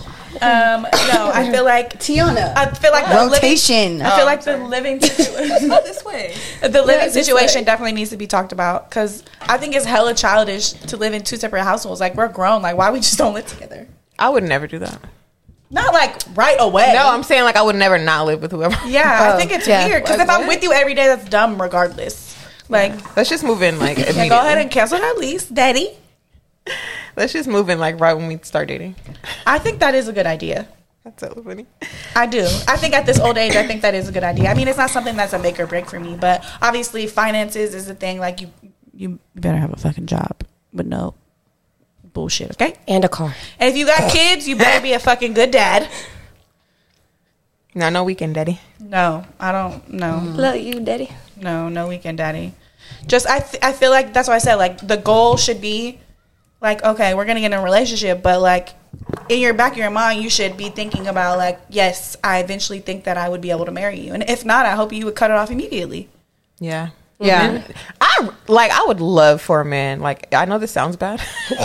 Speaker 3: um, no, I feel like
Speaker 1: Tiana.
Speaker 3: I feel like the
Speaker 1: Rotation.
Speaker 3: Living, I feel like the living situation. this way. The living
Speaker 2: this
Speaker 3: situation definitely needs to be talked about because I think it's hella childish to live in two separate households. Like we're grown. Like why we just don't live together?
Speaker 4: I would never do that.
Speaker 3: Not like right away.
Speaker 4: No, I'm saying like I would never not live with whoever.
Speaker 3: Yeah, I
Speaker 2: Oh,
Speaker 3: think it's
Speaker 2: yeah.
Speaker 3: weird because
Speaker 4: Like,
Speaker 3: if I'm
Speaker 4: what?
Speaker 3: with you every day, that's dumb regardless. Like,
Speaker 4: Let's just move in like
Speaker 3: yeah,
Speaker 4: immediately.
Speaker 3: go ahead and cancel that lease, Daddy.
Speaker 4: Let's just move in like right when we start dating.
Speaker 3: I think that is a good idea.
Speaker 4: That's so funny.
Speaker 3: I do. I think at this old age, I think that is a good idea. I mean, it's not something that's a make or break for me, but obviously, finances is a thing. Like, you, you better have a fucking job, but no bullshit, okay?
Speaker 2: and a car.
Speaker 3: And if you got kids, you better be a fucking good dad.
Speaker 4: No, no weekend, daddy.
Speaker 3: No, I don't. No.
Speaker 2: Look, you, daddy.
Speaker 3: No, no weekend daddy. Just I, th- I feel like that's why I said like the goal should be like okay, we're gonna get in a relationship, but like in your back of your mind, you should be thinking about like yes, I eventually think that I would be able to marry you, and if not, I hope you would cut it off immediately.
Speaker 4: Yeah.
Speaker 1: Yeah.
Speaker 4: I like I would love for a man like I know this sounds bad,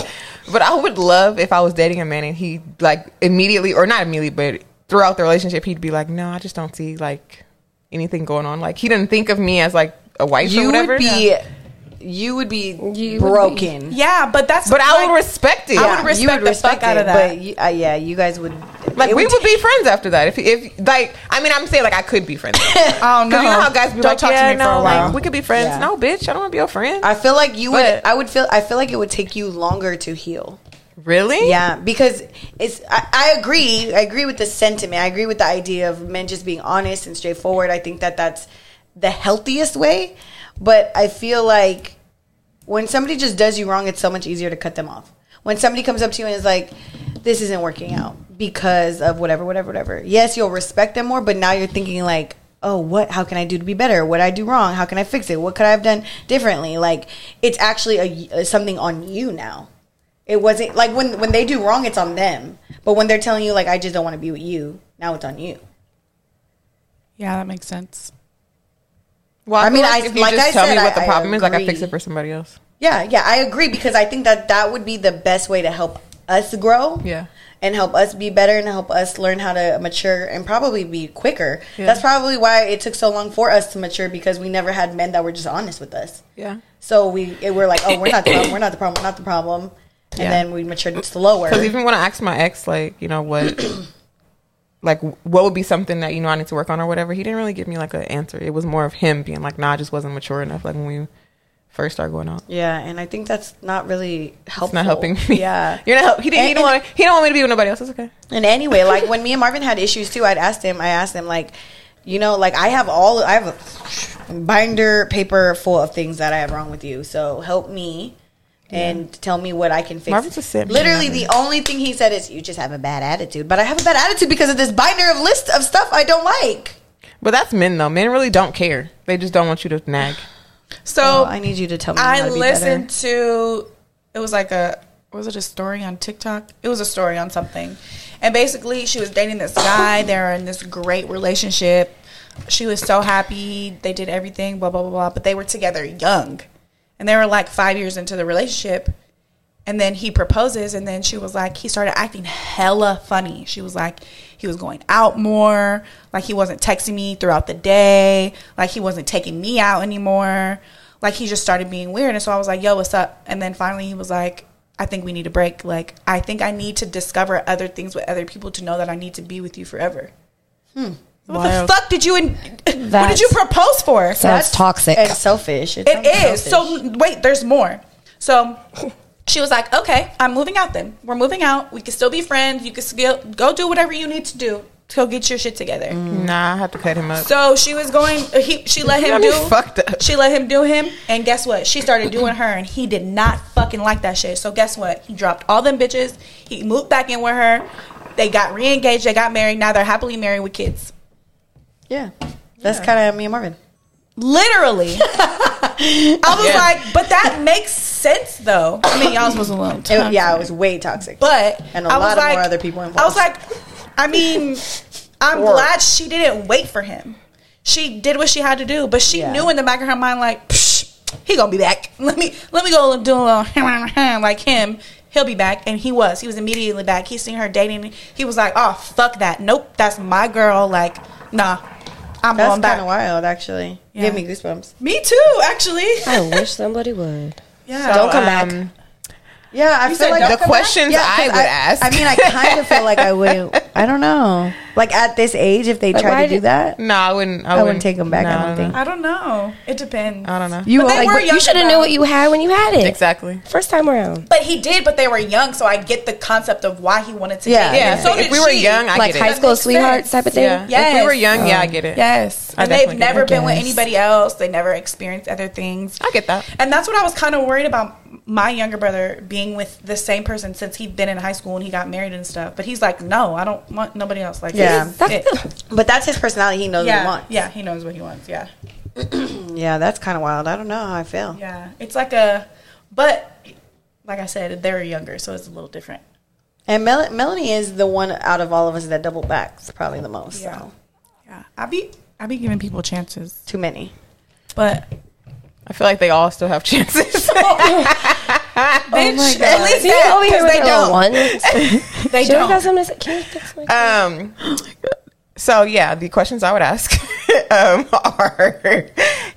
Speaker 4: but I would love if I was dating a man and he like immediately or not immediately but throughout the relationship he'd be like no I just don't see like anything going on like he didn't think of me as like a wife or
Speaker 1: You
Speaker 4: whatever.
Speaker 1: would be you would be
Speaker 2: You would
Speaker 1: broken.
Speaker 3: Yeah, but that's
Speaker 4: but I would
Speaker 3: like,
Speaker 4: respect it.
Speaker 3: I would respect the fuck out of that.
Speaker 1: But you, uh, yeah, you guys would
Speaker 4: Like
Speaker 1: it
Speaker 4: we
Speaker 1: would-
Speaker 4: would be friends after that. If if like I mean I'm saying like I could be friends. Because
Speaker 3: Oh no!
Speaker 4: you know how guys be
Speaker 3: Don't
Speaker 4: like,
Speaker 3: talk
Speaker 4: yeah,
Speaker 3: to me
Speaker 4: no,
Speaker 3: for a
Speaker 4: like,
Speaker 3: while.
Speaker 4: we could be friends.
Speaker 1: Yeah.
Speaker 4: No, bitch, I don't want to be your friend.
Speaker 1: I feel like you would.
Speaker 4: But-
Speaker 1: I would feel. I feel like it would take you longer to heal.
Speaker 4: really?
Speaker 1: Yeah, because it's. I, I agree. I agree with the sentiment. I agree with the idea of men just being honest and straightforward. I think that that's the healthiest way. But I feel like when somebody just does you wrong, it's so much easier to cut them off. When somebody comes up to you and is like, "This isn't working out because of whatever, whatever, whatever." Yes, you'll respect them more, but now you're thinking like, "Oh, what? How can I do to be better? What did I do wrong? How can I fix it? What could I have done differently?" Like, it's actually a, something on you now. It wasn't like when when they do wrong, it's on them. But when they're telling you like, "I just don't want to be with you," now it's on you.
Speaker 3: Yeah, that makes sense.
Speaker 4: Well, I,
Speaker 1: I mean,
Speaker 4: mean, like
Speaker 1: I-
Speaker 4: if you
Speaker 1: like
Speaker 4: just
Speaker 1: I
Speaker 4: tell
Speaker 1: said,
Speaker 4: me what the
Speaker 1: I- I
Speaker 4: problem is, like I fix
Speaker 1: agree.
Speaker 4: it for somebody else.
Speaker 1: Yeah, yeah, I agree because I think that that would be the best way to help us grow.
Speaker 4: Yeah.
Speaker 1: And help us be better and help us learn how to mature and probably be quicker.
Speaker 4: Yeah.
Speaker 1: That's probably why it took so long for us to mature because we never had men that were just honest with us.
Speaker 4: Yeah.
Speaker 1: So we it, we're like, oh, we're not the problem, we're not the problem, we're not the problem. And
Speaker 4: Yeah.
Speaker 1: then we matured slower.
Speaker 4: Because even when I asked my ex, like, you know, what, like, what would be something that, you know, I need to work on or whatever, he didn't really give me, like, an answer. It was more of him being like, nah, I just wasn't mature enough, like, when we first started going out.
Speaker 1: yeah, and I think that's not really helpful.
Speaker 4: It's not helping me.
Speaker 1: Yeah.
Speaker 4: You're not help. He didn't, he
Speaker 1: And-
Speaker 4: didn't want he don't want me to be with nobody else. It's okay.
Speaker 1: And anyway, like when me and Marvin had issues too, I'd asked him. I asked him like, you know, like I have all I have a binder paper full of things that I have wrong with you. So help me and tell me what I can fix.
Speaker 4: Marvin's a simp.
Speaker 1: Literally,
Speaker 4: Marvin.
Speaker 1: the only thing he said is, "You just have a bad attitude." But I have a bad attitude because of this binder of list of stuff I don't like.
Speaker 4: But that's men, though. Men really don't care. They just don't want you to nag.
Speaker 3: So
Speaker 1: Oh, I need you to tell me. how
Speaker 3: I
Speaker 1: to be
Speaker 3: listened
Speaker 1: better.
Speaker 3: to it was like a was it a story on TikTok? It was a story on something. And basically she was dating this guy, they're in this great relationship. She was so happy, they did everything, blah blah blah blah. But they were together young. And they were like five years into the relationship. And then he proposes, and then she was like, he started acting hella funny. She was like, he was going out more, like he wasn't texting me throughout the day, like he wasn't taking me out anymore. Like he just started being weird. And so I was like, yo, what's up? And then finally he was like, I think we need a break. Like, I think I need to discover other things with other people to know that I need to be with you forever. Hmm. What
Speaker 4: Wild.
Speaker 3: the fuck did you, in- what did
Speaker 2: That's-
Speaker 3: you propose for?
Speaker 2: Sounds toxic.
Speaker 1: And selfish.
Speaker 3: It
Speaker 1: sounds
Speaker 3: is. So wait, there's more. So she was like, "Okay, I'm moving out. Then we're moving out. We can still be friends. You can still go do whatever you need to do to go get your shit together."
Speaker 4: Nah, I have to cut him up.
Speaker 3: So she was going. He she let him
Speaker 4: That'd
Speaker 3: do.
Speaker 4: be fucked up.
Speaker 3: She let him do him, and guess what? She started doing her, and he did not fucking like that shit. So guess what? He dropped all them bitches. He moved back in with her. They got re-engaged. They got married. Now they're happily married with kids.
Speaker 1: yeah, that's kind of me and Marvin.
Speaker 3: Literally. I was
Speaker 4: Yeah.
Speaker 3: like, but that makes sense though. I mean, y'all was alone.
Speaker 1: It, yeah, it was way toxic.
Speaker 3: But
Speaker 1: And a
Speaker 3: a
Speaker 1: lot of more other people involved.
Speaker 3: I was like, I mean, I'm glad she didn't wait for him. She did what she had to do, but she
Speaker 1: Yeah.
Speaker 3: knew in the back of her mind, like, Psh, he gonna be back. Let me let me go do a little like him. He'll be back, and he was. He was immediately back. He seen her dating. He was like, oh fuck that. Nope, that's my girl. Like, nah, I'm
Speaker 1: that's
Speaker 3: going
Speaker 1: kind
Speaker 3: back.
Speaker 1: of wild, actually.
Speaker 3: Yeah.
Speaker 1: Give me goosebumps.
Speaker 3: Me too, actually.
Speaker 2: I wish somebody would.
Speaker 3: Yeah.
Speaker 4: uh,
Speaker 2: Don't come back.
Speaker 1: Yeah, I feel
Speaker 3: said
Speaker 1: like
Speaker 3: don't
Speaker 4: Um, The
Speaker 3: come back?
Speaker 4: questions
Speaker 1: Yeah, 'cause
Speaker 4: I would ask.
Speaker 1: I mean, I kind of feel like I wouldn't. I don't know. Like at this age, if they
Speaker 2: Like,
Speaker 1: try
Speaker 2: why
Speaker 1: to do
Speaker 2: did-
Speaker 1: that,
Speaker 4: no, I wouldn't. I,
Speaker 1: I wouldn't take them back.
Speaker 4: No,
Speaker 1: I don't think
Speaker 4: know.
Speaker 3: I don't know. It depends.
Speaker 4: I don't know.
Speaker 1: you.
Speaker 3: But they
Speaker 1: like,
Speaker 3: were
Speaker 1: what-
Speaker 3: young.
Speaker 2: You should have
Speaker 3: about-
Speaker 2: knew what you had when you had it.
Speaker 4: Exactly.
Speaker 2: First time around.
Speaker 3: But he did, but they were young, so I get the concept of why he wanted to.
Speaker 1: Yeah.
Speaker 3: date
Speaker 4: Yeah.
Speaker 3: them.
Speaker 4: So if
Speaker 3: did
Speaker 4: we were
Speaker 3: she.
Speaker 4: young, I
Speaker 2: like
Speaker 4: get
Speaker 2: high
Speaker 4: it.
Speaker 2: school
Speaker 3: makes
Speaker 2: sweethearts
Speaker 3: sense.
Speaker 2: type of thing.
Speaker 4: Yeah. If
Speaker 3: Yes.
Speaker 4: we were young, yeah, I get it.
Speaker 3: yes,
Speaker 4: I
Speaker 3: and they've
Speaker 4: definitely get
Speaker 3: never
Speaker 2: it.
Speaker 3: been with
Speaker 2: Yes.
Speaker 3: anybody else. They never experienced other things.
Speaker 4: I get that.
Speaker 3: And that's what I was kind of worried about my younger brother being with the same person since he'd been in high school and he got married and stuff. But he's like, no, I don't want nobody else. Like,
Speaker 1: Yeah.
Speaker 3: this is
Speaker 2: That's
Speaker 3: it.
Speaker 2: the-
Speaker 1: but that's his personality. He knows what he
Speaker 3: yeah,
Speaker 1: wants.
Speaker 3: yeah, he knows what he wants. Yeah,
Speaker 1: yeah, that's kind of wild. I don't know how I feel.
Speaker 3: yeah. It's like a, but like I said, they're younger, so it's a little different.
Speaker 1: And Mel- Melanie is the one out of all of us that double backs probably the most.
Speaker 3: Yeah,
Speaker 1: So.
Speaker 3: yeah. I be I be giving people chances,
Speaker 1: Too many.
Speaker 3: but
Speaker 4: I feel like they all still have chances.
Speaker 3: Oh bitch, at least
Speaker 2: See, you over here
Speaker 3: because
Speaker 2: with
Speaker 3: they
Speaker 2: your little
Speaker 3: don't.
Speaker 2: one. She
Speaker 3: They
Speaker 2: always got
Speaker 3: don't.
Speaker 2: something to say. Can you fix my
Speaker 4: Um, so yeah, the questions I would ask um, are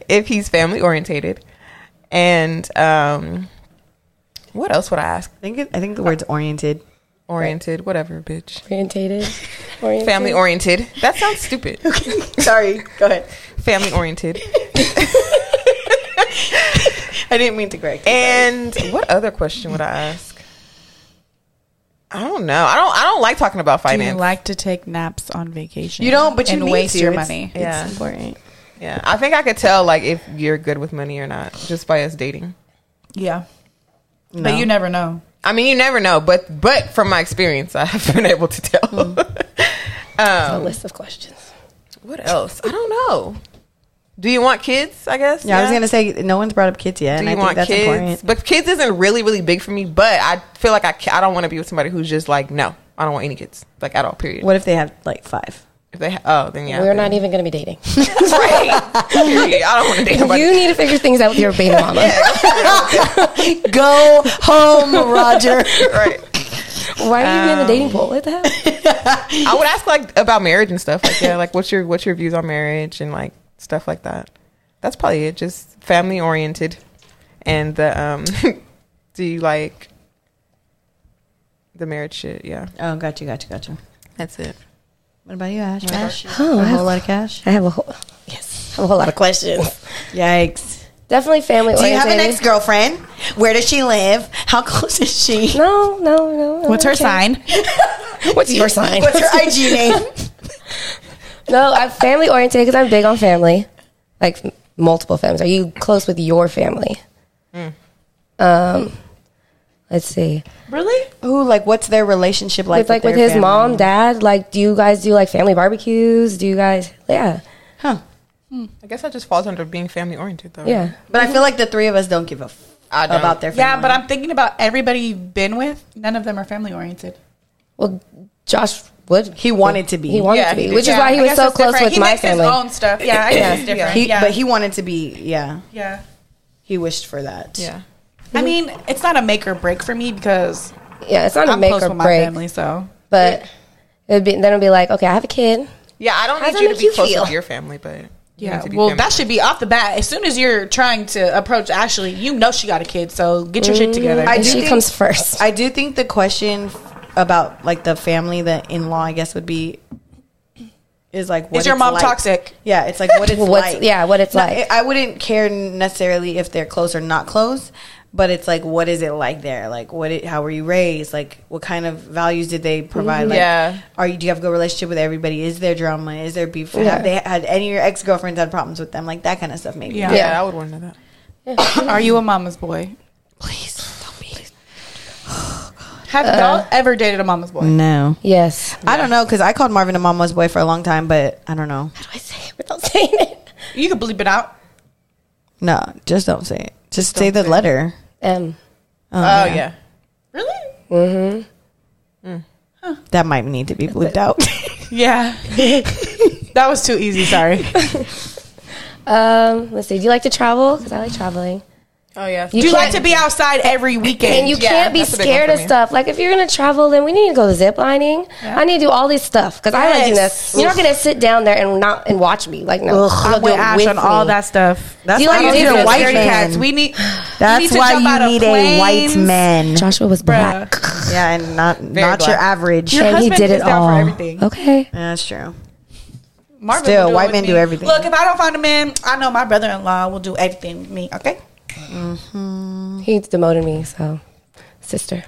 Speaker 4: if he's family orientated, and um, what else would I ask?
Speaker 1: I think it, I think the word's oriented.
Speaker 4: oriented, whatever, bitch.
Speaker 2: Orientated. Oriented.
Speaker 4: Family oriented. That sounds stupid.
Speaker 1: Sorry, go ahead.
Speaker 4: Family oriented.
Speaker 1: I didn't mean to correct. you.
Speaker 4: And what other question would I ask? I don't know. I don't. I don't like talking about
Speaker 3: Do you
Speaker 4: finance.
Speaker 3: like to take naps on vacation?
Speaker 1: You don't, but you
Speaker 3: and
Speaker 1: need
Speaker 3: waste
Speaker 1: to.
Speaker 3: your
Speaker 1: It's-
Speaker 3: money.
Speaker 4: Yeah.
Speaker 1: It's important.
Speaker 4: yeah, I think I could tell like if you're good with money or not just by us dating.
Speaker 3: Yeah,
Speaker 1: No.
Speaker 3: but you never know.
Speaker 4: I mean, you never know, but but from my experience, I have been able to tell.
Speaker 1: Mm.
Speaker 2: A list of questions.
Speaker 4: What else? I don't know. Do you want kids? I guess.
Speaker 1: Yeah, I was gonna say no one's brought up kids yet,
Speaker 4: Do
Speaker 1: and
Speaker 4: you
Speaker 1: I think
Speaker 4: want
Speaker 1: that's
Speaker 4: kids?
Speaker 1: important.
Speaker 4: But kids isn't really really big for me. But I feel like I ca- I don't want to be with somebody who's just like no, I don't want any kids like at all. Period.
Speaker 1: What if they have like five?
Speaker 4: If they ha- oh then yeah,
Speaker 2: We're
Speaker 4: then-
Speaker 2: not even going to be dating.
Speaker 4: right. Period. I don't want to date nobody.
Speaker 2: you need to figure things out with your baby mama.
Speaker 1: Go home, Roger.
Speaker 4: right.
Speaker 2: Why are you in the dating pool? What the hell?
Speaker 4: I would ask like about marriage and stuff like yeah, like what's your what's your views on marriage and like stuff like that. That's probably it. Just family oriented, and the um, do you like the marriage shit? Yeah,
Speaker 1: Oh, gotcha, gotcha, gotcha.
Speaker 4: that's it.
Speaker 1: What about you, Ash? Ash?
Speaker 2: Oh,
Speaker 1: a
Speaker 2: I
Speaker 1: whole
Speaker 2: have,
Speaker 1: lot of cash.
Speaker 2: I have a whole yes, I have a whole lot of questions.
Speaker 1: Yikes.
Speaker 2: Definitely family.
Speaker 1: Do you have an
Speaker 2: oriented.
Speaker 1: ex girlfriend? Where does she live? How close is she?
Speaker 2: No, no, no. no,
Speaker 3: What's her
Speaker 2: okay.
Speaker 3: sign?
Speaker 2: What's your sign?
Speaker 1: What's her IG name?
Speaker 2: no, I'm family oriented because I'm big on family, like m- multiple families. Are you close with your family? Um, let's see.
Speaker 3: Really?
Speaker 1: Who like? What's their relationship like?
Speaker 2: with like with
Speaker 1: their
Speaker 2: his
Speaker 1: family?
Speaker 2: mom, dad. Like, do you guys do like family barbecues? Do you guys? Yeah,
Speaker 1: Huh.
Speaker 4: I guess that just falls under being family oriented though.
Speaker 2: yeah.
Speaker 1: But I feel like the three of us don't give a f-
Speaker 4: I don't.
Speaker 1: about their family.
Speaker 3: Yeah, but I'm thinking about everybody you've been with. None of them are family oriented.
Speaker 2: Well, Josh would.
Speaker 1: he wanted to be.
Speaker 2: He wanted
Speaker 4: Yeah,
Speaker 2: to
Speaker 4: he
Speaker 2: be,
Speaker 4: did.
Speaker 2: which is
Speaker 4: Yeah,
Speaker 2: why he
Speaker 3: I
Speaker 2: was
Speaker 3: guess
Speaker 2: so
Speaker 3: it's
Speaker 2: close
Speaker 3: different.
Speaker 2: with
Speaker 3: he
Speaker 2: my
Speaker 3: makes
Speaker 2: family.
Speaker 3: His own stuff. Yeah, I guess it's different.
Speaker 1: He-
Speaker 3: yeah.
Speaker 1: But he wanted to be. Yeah.
Speaker 3: yeah.
Speaker 1: He wished for that.
Speaker 4: Yeah.
Speaker 3: I mean, it's not a make or break for me because
Speaker 2: Yeah, it's not a
Speaker 3: I'm
Speaker 2: make
Speaker 3: close
Speaker 2: or
Speaker 3: with my
Speaker 2: break,
Speaker 3: family. So
Speaker 2: but it'd be then it'd be like, okay, I have a kid.
Speaker 4: Yeah, I don't
Speaker 2: How does
Speaker 4: need you
Speaker 2: that
Speaker 4: to
Speaker 2: make
Speaker 4: be
Speaker 2: you
Speaker 4: close
Speaker 2: feel?
Speaker 4: with your family, but you need
Speaker 3: yeah,
Speaker 4: to be
Speaker 3: well,
Speaker 4: family.
Speaker 3: that should be off the bat. As soon as you're trying to approach Ashley, you know she got a kid. So get your shit together.
Speaker 1: I
Speaker 2: And
Speaker 1: do
Speaker 2: she
Speaker 1: think-
Speaker 2: comes first.
Speaker 1: I do think the question f- about like the family, the in law, I guess would be is like what
Speaker 3: Is your
Speaker 1: it's
Speaker 3: mom
Speaker 1: like.
Speaker 3: toxic?
Speaker 1: Yeah, it's like what it's
Speaker 2: Well, what's-
Speaker 1: like.
Speaker 2: yeah, what it's
Speaker 1: No,
Speaker 2: like.
Speaker 1: I I wouldn't care necessarily if they're close or not close, but it's like what is it like there? Like what? It, how were you raised? Like what kind of values did they
Speaker 3: Mm-hmm.
Speaker 1: provide? Like,
Speaker 4: Yeah.
Speaker 1: Are you? Do you have a good relationship with everybody? Is there drama? Is there beef?
Speaker 2: Yeah.
Speaker 1: Have they had any of your ex girlfriends had problems with them? Like that kind of stuff. Maybe.
Speaker 3: Yeah.
Speaker 4: yeah,
Speaker 2: Yeah.
Speaker 4: I would want to know that.
Speaker 3: Are you a mama's boy?
Speaker 1: Please don't be.
Speaker 3: Have y'all ever dated a mama's boy?
Speaker 1: No.
Speaker 2: Yes.
Speaker 1: I don't know because I called Marvin a mama's boy for a long time, but I don't know.
Speaker 2: How do I say it without saying it?
Speaker 3: You could bleep it out.
Speaker 1: No, just don't say it. Just say the letter.
Speaker 2: Um,
Speaker 4: Oh, yeah.
Speaker 3: Really?
Speaker 1: That might need to be bleeped out.
Speaker 3: Yeah. that was too easy. Sorry.
Speaker 2: um, let's see. Do you like to travel? Because I like traveling.
Speaker 4: Oh yeah.
Speaker 2: You
Speaker 3: Do you like
Speaker 2: can't-
Speaker 3: to be outside every weekend?
Speaker 2: And you
Speaker 4: Yeah,
Speaker 2: can't be
Speaker 4: that's a big one
Speaker 2: scared
Speaker 4: for
Speaker 2: of
Speaker 4: me.
Speaker 2: stuff. Like if you're gonna travel, then we need to go zip lining. I need to do all this stuff because I like doing
Speaker 3: Yes.
Speaker 2: this. You're not gonna sit down there and not and watch me. Like no,
Speaker 3: I
Speaker 2: I'm
Speaker 3: went Ash on all that stuff.
Speaker 1: That's
Speaker 2: You
Speaker 1: why
Speaker 2: like
Speaker 1: you
Speaker 2: to
Speaker 1: need
Speaker 2: do
Speaker 1: a
Speaker 2: the
Speaker 1: white
Speaker 2: dirty
Speaker 1: man.
Speaker 3: cats. We need.
Speaker 1: That's
Speaker 3: we need to
Speaker 1: why
Speaker 3: jump out
Speaker 1: you
Speaker 3: of
Speaker 1: need a white
Speaker 3: planes.
Speaker 1: man.
Speaker 2: Joshua was
Speaker 3: Bruh.
Speaker 2: black,
Speaker 1: Yeah, and not not
Speaker 4: black.
Speaker 1: your average.
Speaker 3: Your
Speaker 2: and he
Speaker 3: husband
Speaker 2: did
Speaker 3: is
Speaker 2: it
Speaker 3: down for
Speaker 2: all.
Speaker 3: everything.
Speaker 2: Okay,
Speaker 1: That's true.
Speaker 3: Marvin
Speaker 1: Still,
Speaker 3: will do it
Speaker 1: white
Speaker 3: with
Speaker 1: men
Speaker 3: me.
Speaker 1: do everything.
Speaker 3: Look, if I don't find a man, I know my brother-in-law will do everything with me. Okay.
Speaker 2: he demoted me. So, sister,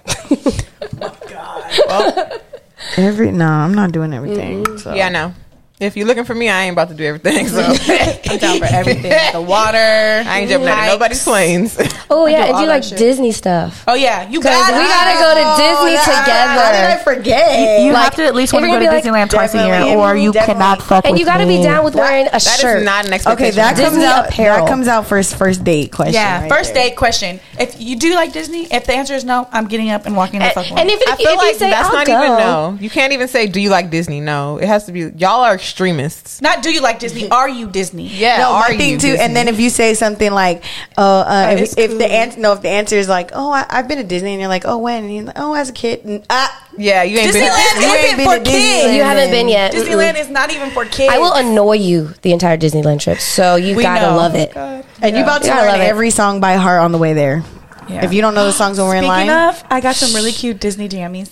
Speaker 1: Every no, I'm not doing everything. So.
Speaker 4: Yeah, no. If you're looking for me, I ain't about to do everything. So
Speaker 3: I'm down for everything. The water. I
Speaker 4: I ain't jumping out of nobody's planes.
Speaker 2: oh yeah, and
Speaker 3: all
Speaker 2: do
Speaker 3: that
Speaker 2: like
Speaker 3: shit.
Speaker 2: Disney stuff.
Speaker 3: Oh yeah, you
Speaker 2: Because
Speaker 3: got
Speaker 2: we gotta go to Disney
Speaker 1: How did I
Speaker 2: together.
Speaker 1: forget?
Speaker 6: You
Speaker 2: Like,
Speaker 6: have to at least
Speaker 2: if
Speaker 6: want to
Speaker 2: you're
Speaker 6: go to
Speaker 2: gonna be
Speaker 6: Disneyland
Speaker 2: like,
Speaker 6: twice a
Speaker 1: definitely, Mm-hmm.
Speaker 6: year, or you
Speaker 1: definitely.
Speaker 6: cannot fuck.
Speaker 2: And
Speaker 6: with
Speaker 2: you gotta
Speaker 6: me.
Speaker 2: be down with wearing a
Speaker 4: That is
Speaker 2: shirt.
Speaker 4: not an expectation.
Speaker 1: okay, that comes
Speaker 2: Disney
Speaker 1: out.
Speaker 2: apparel.
Speaker 1: That comes out first first date question.
Speaker 3: Yeah,
Speaker 1: right
Speaker 3: first
Speaker 1: there.
Speaker 3: date question. If you do like Disney, if the answer is no, I'm getting up and walking the
Speaker 2: and,
Speaker 3: fuck
Speaker 2: and
Speaker 3: away.
Speaker 2: if, you-
Speaker 4: I feel
Speaker 2: if
Speaker 4: like
Speaker 2: you say
Speaker 4: that's
Speaker 2: I'll
Speaker 4: not
Speaker 2: go,
Speaker 4: even no. You can't even say, "Do you like Disney?" No, it has to be. Y'all are extremists.
Speaker 3: Not do you like Disney? Are you Disney?
Speaker 4: Yeah,
Speaker 1: No,
Speaker 4: are
Speaker 1: my thing
Speaker 4: you
Speaker 1: too.
Speaker 4: Disney?
Speaker 1: And then if you say something like, "Oh, uh,
Speaker 3: That
Speaker 1: if,
Speaker 3: is
Speaker 1: if the
Speaker 3: cool.
Speaker 1: answer no, if the answer is like, oh, I, I've been to Disney," and you're like, "Oh, when?" And you're like, "Oh, as a kid." And, ah,
Speaker 4: yeah, you ain't been.
Speaker 3: Disneyland
Speaker 1: You ain't
Speaker 3: isn't
Speaker 1: been
Speaker 3: for
Speaker 1: to
Speaker 3: kids.
Speaker 1: Disneyland.
Speaker 2: You haven't been
Speaker 6: Uh,
Speaker 2: yet. Mm-mm.
Speaker 3: Disneyland is not even for kids.
Speaker 2: I will annoy you the entire Disneyland trip, so you
Speaker 3: We
Speaker 2: gotta
Speaker 3: know.
Speaker 2: love it.
Speaker 1: and you about to
Speaker 2: Yeah, I
Speaker 1: learn
Speaker 2: love it.
Speaker 1: every song by heart on the way there.
Speaker 3: Yeah.
Speaker 1: If you don't know the songs when we're in
Speaker 3: Speaking
Speaker 1: line,
Speaker 3: of, I got some really cute Disney jammies.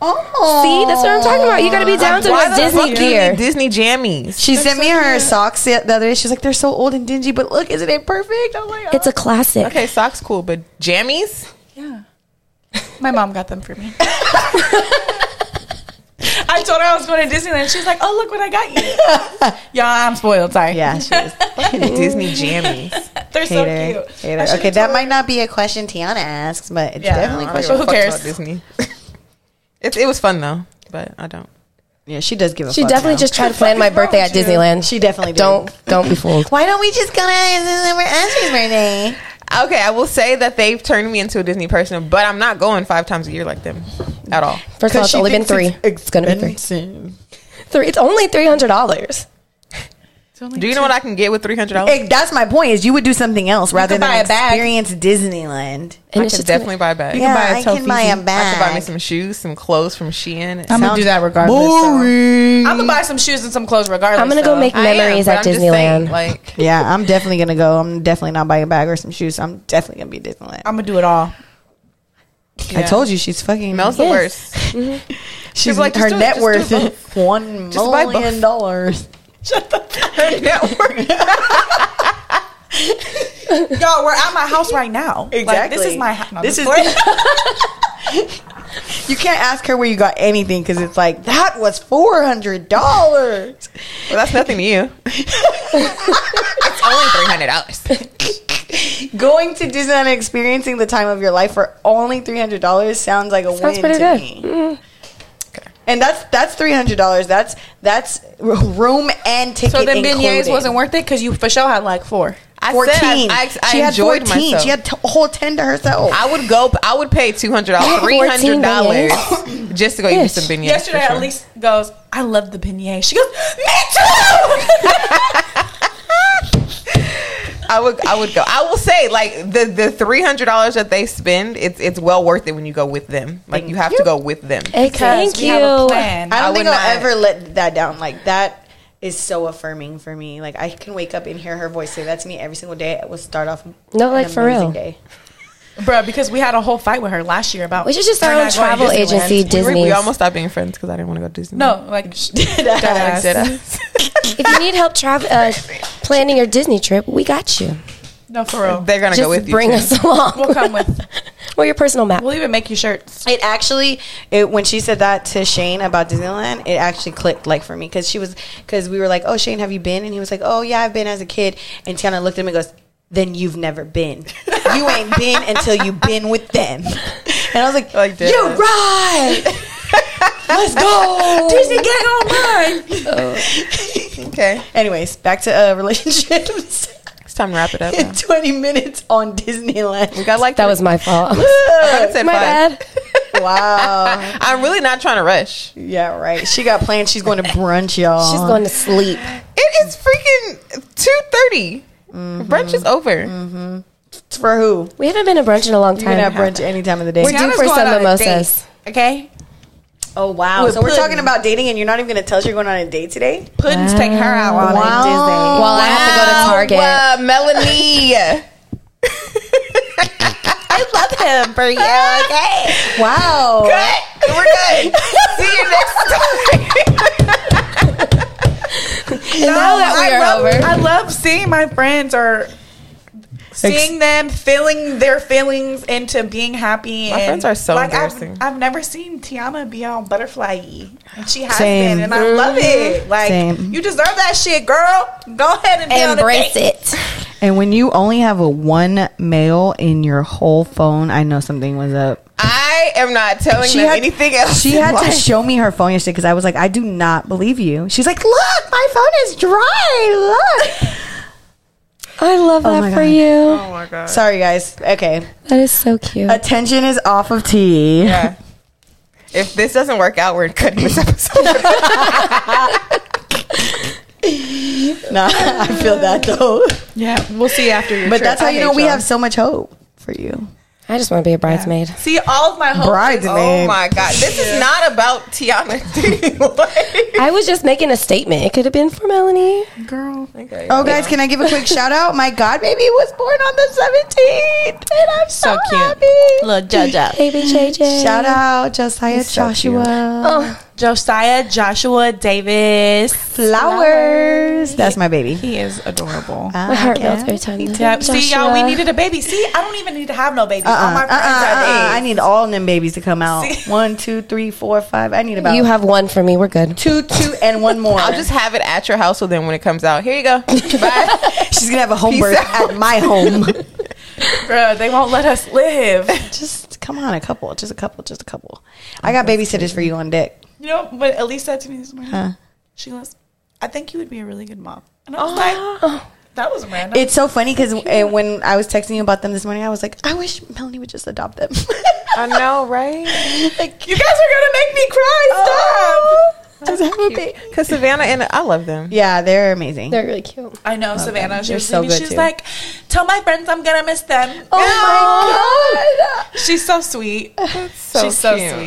Speaker 1: Oh,
Speaker 2: See, that's what I'm talking about. You gotta be down to
Speaker 4: Why
Speaker 2: the
Speaker 4: the
Speaker 2: Disney
Speaker 4: fuck do you
Speaker 2: gear.
Speaker 4: need Disney jammies.
Speaker 1: She sent me her socks the the other day. She's like, "They're so old and dingy, but look, isn't it perfect?" I'm like,
Speaker 2: It's a classic.
Speaker 4: Okay, socks cool, but jammies?
Speaker 3: Yeah. My mom got them for me. I told her I was going to Disneyland. She's like, "Oh, look what I got you." Y'all, I'm spoiled. Sorry.
Speaker 1: yeah, she is.
Speaker 4: Disney jammies.
Speaker 3: They're so
Speaker 1: Hater,
Speaker 3: cute.
Speaker 1: hater.
Speaker 3: I should've
Speaker 1: Okay, that
Speaker 3: told
Speaker 1: might not be a question Tiana asks, but it's
Speaker 3: Yeah,
Speaker 1: definitely a
Speaker 3: I don't
Speaker 1: question.
Speaker 3: know.
Speaker 4: Who cares?
Speaker 3: cares?
Speaker 4: Disney. it, it was fun though, but I don't.
Speaker 1: Yeah, she does give a.
Speaker 2: She
Speaker 1: fuck
Speaker 2: definitely
Speaker 1: now.
Speaker 2: just tried to plan my birthday at Disneyland.
Speaker 1: She definitely did.
Speaker 2: don't don't be fooled.
Speaker 1: Why don't we just go to December Ashley's birthday?
Speaker 4: Okay, I will say that they've turned me into a Disney person, but I'm not going five times a year like them at all.
Speaker 2: First of all, it's only been three. It's, gonna be three. Three. It's only three hundred dollars.
Speaker 4: Do you know what I can get with three hundred dollars?
Speaker 1: Hey, that's my point. Is you would do something else rather
Speaker 3: could
Speaker 1: than
Speaker 3: buy a bag.
Speaker 1: experience Disneyland.
Speaker 4: I
Speaker 2: And it's
Speaker 4: could
Speaker 2: just gonna-
Speaker 4: definitely buy a bag.
Speaker 1: Yeah,
Speaker 3: buy a
Speaker 1: I can
Speaker 3: Tofifi.
Speaker 1: buy a
Speaker 4: I could buy me
Speaker 1: bag.
Speaker 4: some shoes, some clothes from Shein.
Speaker 3: I'm gonna
Speaker 1: Sounds
Speaker 3: do that regardless.
Speaker 1: Boring.
Speaker 3: I'm gonna buy some shoes and some clothes regardless.
Speaker 2: I'm gonna
Speaker 3: so.
Speaker 2: go make
Speaker 4: I am,
Speaker 2: memories
Speaker 4: but
Speaker 2: at
Speaker 4: I'm just saying,
Speaker 2: Disneyland.
Speaker 4: like,
Speaker 1: yeah, I'm definitely gonna go. I'm definitely not buying a bag or some shoes. I'm definitely gonna be at Disneyland.
Speaker 3: I'm gonna do it all.
Speaker 1: I told you she's fucking.
Speaker 4: Mel's the
Speaker 2: Yes.
Speaker 4: worst.
Speaker 1: she's
Speaker 4: like,
Speaker 1: like
Speaker 4: just
Speaker 1: her
Speaker 4: do it,
Speaker 1: net
Speaker 4: just
Speaker 1: worth
Speaker 4: do
Speaker 1: is one
Speaker 4: Just buy both.
Speaker 1: million dollars.
Speaker 3: Y'all, we're at my house right now. Like, this
Speaker 1: Exactly.
Speaker 3: is my house.
Speaker 1: This is- You can't ask her where you got anything because it's like that was four hundred dollars.
Speaker 4: Well, that's nothing to you. it's only three hundred dollars.
Speaker 1: Going to Disneyland and experiencing the time of your life for only three hundred dollars sounds like a
Speaker 2: Sounds
Speaker 1: win
Speaker 2: pretty
Speaker 1: to
Speaker 2: good. Mm-hmm.
Speaker 1: me. And that's that's three hundred dollars. That's that's r- room and ticket.
Speaker 3: so then
Speaker 1: included.
Speaker 3: beignets wasn't worth it because you for sure had like four.
Speaker 4: I
Speaker 1: fourteen.
Speaker 4: said I, I, I
Speaker 1: she had
Speaker 4: enjoyed
Speaker 1: fourteen.
Speaker 4: myself.
Speaker 1: She had t- a whole ten to herself.
Speaker 4: I would go. I would pay two hundred dollars, three
Speaker 2: 14
Speaker 4: hundred dollars just to go eat
Speaker 2: Yes.
Speaker 4: some beignets.
Speaker 3: Yesterday,
Speaker 4: for sure.
Speaker 3: Elise goes, "I love the beignet." She goes, "Me too."
Speaker 4: I would. I would go. I will say, like the the three hundred dollars that they spend, it's it's well worth it when you go with them. Like you have to go with them.
Speaker 2: Hey,
Speaker 3: Because
Speaker 2: thank
Speaker 3: we have a
Speaker 2: you.
Speaker 3: plan.
Speaker 1: I don't
Speaker 4: I
Speaker 1: think
Speaker 4: would
Speaker 1: I'll
Speaker 4: not-
Speaker 1: ever let that down. Like that is so affirming for me. Like I can wake up and hear her voice say that to me every single day. It will start off
Speaker 2: No,
Speaker 1: an
Speaker 2: like, for
Speaker 1: amazing
Speaker 2: real.
Speaker 1: Day.
Speaker 3: Bruh, because we had a whole fight with her last year about
Speaker 2: We should just
Speaker 3: her
Speaker 2: start our own
Speaker 3: not going to
Speaker 2: travel
Speaker 3: Disneyland.
Speaker 2: agency,
Speaker 4: We, were-
Speaker 2: Disney.
Speaker 4: we almost stopped being friends because I didn't want to go to Disney.
Speaker 3: No, like sh- dead ass.
Speaker 4: Dead ass.
Speaker 2: if you need help travel uh, planning your Disney trip, we got you.
Speaker 3: No, for real.
Speaker 4: They're gonna
Speaker 2: Just
Speaker 4: go with you.
Speaker 2: bring
Speaker 4: too.
Speaker 2: us along.
Speaker 3: We'll come with.
Speaker 2: We're your personal map.
Speaker 3: We'll even make you shirts.
Speaker 1: It actually, it, when she said that to Shane about Disneyland, it actually clicked like for me because she was because we were like, "Oh, Shane, have you been?" And he was like, "Oh yeah, I've been as a kid." And Tiana looked at him and goes, "Then you've never been. You ain't been until you've been with them." And I was like,
Speaker 4: Like that.
Speaker 1: "You're right. Let's go, Disney gang on mine."
Speaker 4: Okay,
Speaker 1: Anyways, back to uh, relationships.
Speaker 4: it's time to wrap it up. now.
Speaker 1: In Twenty minutes on Disneyland.
Speaker 4: We got like
Speaker 2: That was my fault.
Speaker 4: I said
Speaker 2: my
Speaker 4: five.
Speaker 2: bad.
Speaker 1: wow.
Speaker 4: I'm really not trying to rush.
Speaker 1: Yeah, right. She got plans. She's going to brunch, y'all.
Speaker 2: She's going to sleep.
Speaker 4: It is freaking two Brunch is over.
Speaker 1: for who?
Speaker 2: We haven't been to brunch in a long
Speaker 1: You can have
Speaker 2: time.
Speaker 1: brunch any time of the day.
Speaker 2: We're due
Speaker 3: Tiana's
Speaker 2: for
Speaker 3: going
Speaker 2: some
Speaker 3: on a
Speaker 2: mimosas.
Speaker 3: Okay,
Speaker 1: oh wow!
Speaker 3: With
Speaker 1: So we're
Speaker 3: pudding.
Speaker 1: talking about dating, and you're not even going to tell us you're going on a date today.
Speaker 3: Puddin's take her out on
Speaker 1: Wow.
Speaker 3: a Disney.
Speaker 2: While I have to go to Target.
Speaker 4: Wow, uh, Melanie. I love him for you. Okay.
Speaker 1: Wow!
Speaker 4: We're good. See you next time.
Speaker 2: now that we
Speaker 3: Oh, I
Speaker 2: are
Speaker 3: love,
Speaker 2: over.
Speaker 3: I love seeing my friends or seeing them feeling their feelings into being happy.
Speaker 4: My
Speaker 3: and
Speaker 4: friends are so
Speaker 3: like
Speaker 4: embarrassing.
Speaker 3: I've, I've never seen Tiana be all butterfly-y. and she has
Speaker 1: Same. Mm-hmm.
Speaker 3: been, and I love it. Like
Speaker 1: Same.
Speaker 3: you deserve that shit, girl. Go ahead and be on a
Speaker 2: Embrace
Speaker 3: date.
Speaker 2: it.
Speaker 1: And when you only have a one mail in your whole phone, I know something was up.
Speaker 4: I am not telling
Speaker 1: She
Speaker 4: them
Speaker 1: had-
Speaker 4: anything else.
Speaker 1: She
Speaker 4: in
Speaker 1: had to
Speaker 4: life.
Speaker 1: show me her phone yesterday because I was like, I do not believe you. She's like, Look, my phone is dry. Look.
Speaker 2: I love
Speaker 1: Oh
Speaker 2: that
Speaker 1: my
Speaker 2: for
Speaker 1: God.
Speaker 2: you.
Speaker 4: Oh my god.
Speaker 1: Sorry, guys. Okay,
Speaker 2: That is so cute.
Speaker 1: attention is off of T.
Speaker 4: Yeah. If this doesn't work out, we're cutting this episode.
Speaker 1: Nah, I feel that though.
Speaker 3: Yeah, we'll see after your.
Speaker 1: But that's how
Speaker 4: I
Speaker 1: you know
Speaker 4: hate
Speaker 1: we
Speaker 4: y'all.
Speaker 1: have so much hope for you.
Speaker 2: I just want to be a bridesmaid.
Speaker 3: See, all of my hopes.
Speaker 4: Oh
Speaker 6: Bridesmaid.
Speaker 4: my god, this is not about Tiana. Like-
Speaker 2: I was just making a statement. It could have been for Melanie.
Speaker 1: Girl.
Speaker 4: okay.
Speaker 1: Oh, guys, can I give a quick shout out? My God, baby was born on the 17th. And I'm so,
Speaker 6: So cute.
Speaker 1: happy.
Speaker 6: Little Jaja.
Speaker 2: Baby JJ.
Speaker 1: Shout out Josiah Joshua.
Speaker 2: Oh,
Speaker 3: Josiah Joshua Davis.
Speaker 1: Flowers. That's my baby. Uh-uh.
Speaker 3: He is adorable.
Speaker 2: my heart melts every time. though.
Speaker 3: Yep. See, y'all, we
Speaker 2: Joshua.
Speaker 3: needed a baby. See, I don't even need to have no baby.
Speaker 1: Uh-uh,
Speaker 3: All my
Speaker 1: uh-uh,
Speaker 3: friends have
Speaker 1: uh-uh.
Speaker 3: eggs.
Speaker 1: I need all them babies to come out.
Speaker 3: See?
Speaker 1: One, two, three, four, five. I need about
Speaker 2: You have one for me. We're good.
Speaker 1: two, two, and one more.
Speaker 4: I'll just have it at your house so then when it comes out, here you go. Bye.
Speaker 1: She's gonna have a home
Speaker 4: Peace
Speaker 1: birth
Speaker 4: out.
Speaker 1: at my home.
Speaker 3: Bruh, they won't let us live.
Speaker 1: just come on, a couple, just a couple, just a couple. I got babysitters for you on deck.
Speaker 3: You know what Elise said to me this morning? She goes, I think you would be a really good mom. And I was like, that was random.
Speaker 1: It's so funny because when I was texting you about them this morning, I was like, I wish Melanie would just adopt them.
Speaker 4: I know, right?
Speaker 1: like, you guys are gonna make me cry.
Speaker 4: Oh.
Speaker 1: Stop. Just have a baby.
Speaker 4: Because Savannah and I love them.
Speaker 1: Yeah, they're amazing.
Speaker 2: They're really cute.
Speaker 3: I know, Savannah. She
Speaker 1: They're
Speaker 3: was,
Speaker 1: so
Speaker 3: so
Speaker 1: good,
Speaker 3: she was
Speaker 1: too.
Speaker 3: like, tell my friends I'm going to miss them.
Speaker 1: oh my god.
Speaker 3: She's so sweet.
Speaker 4: So
Speaker 3: She's so
Speaker 4: cute. Oh.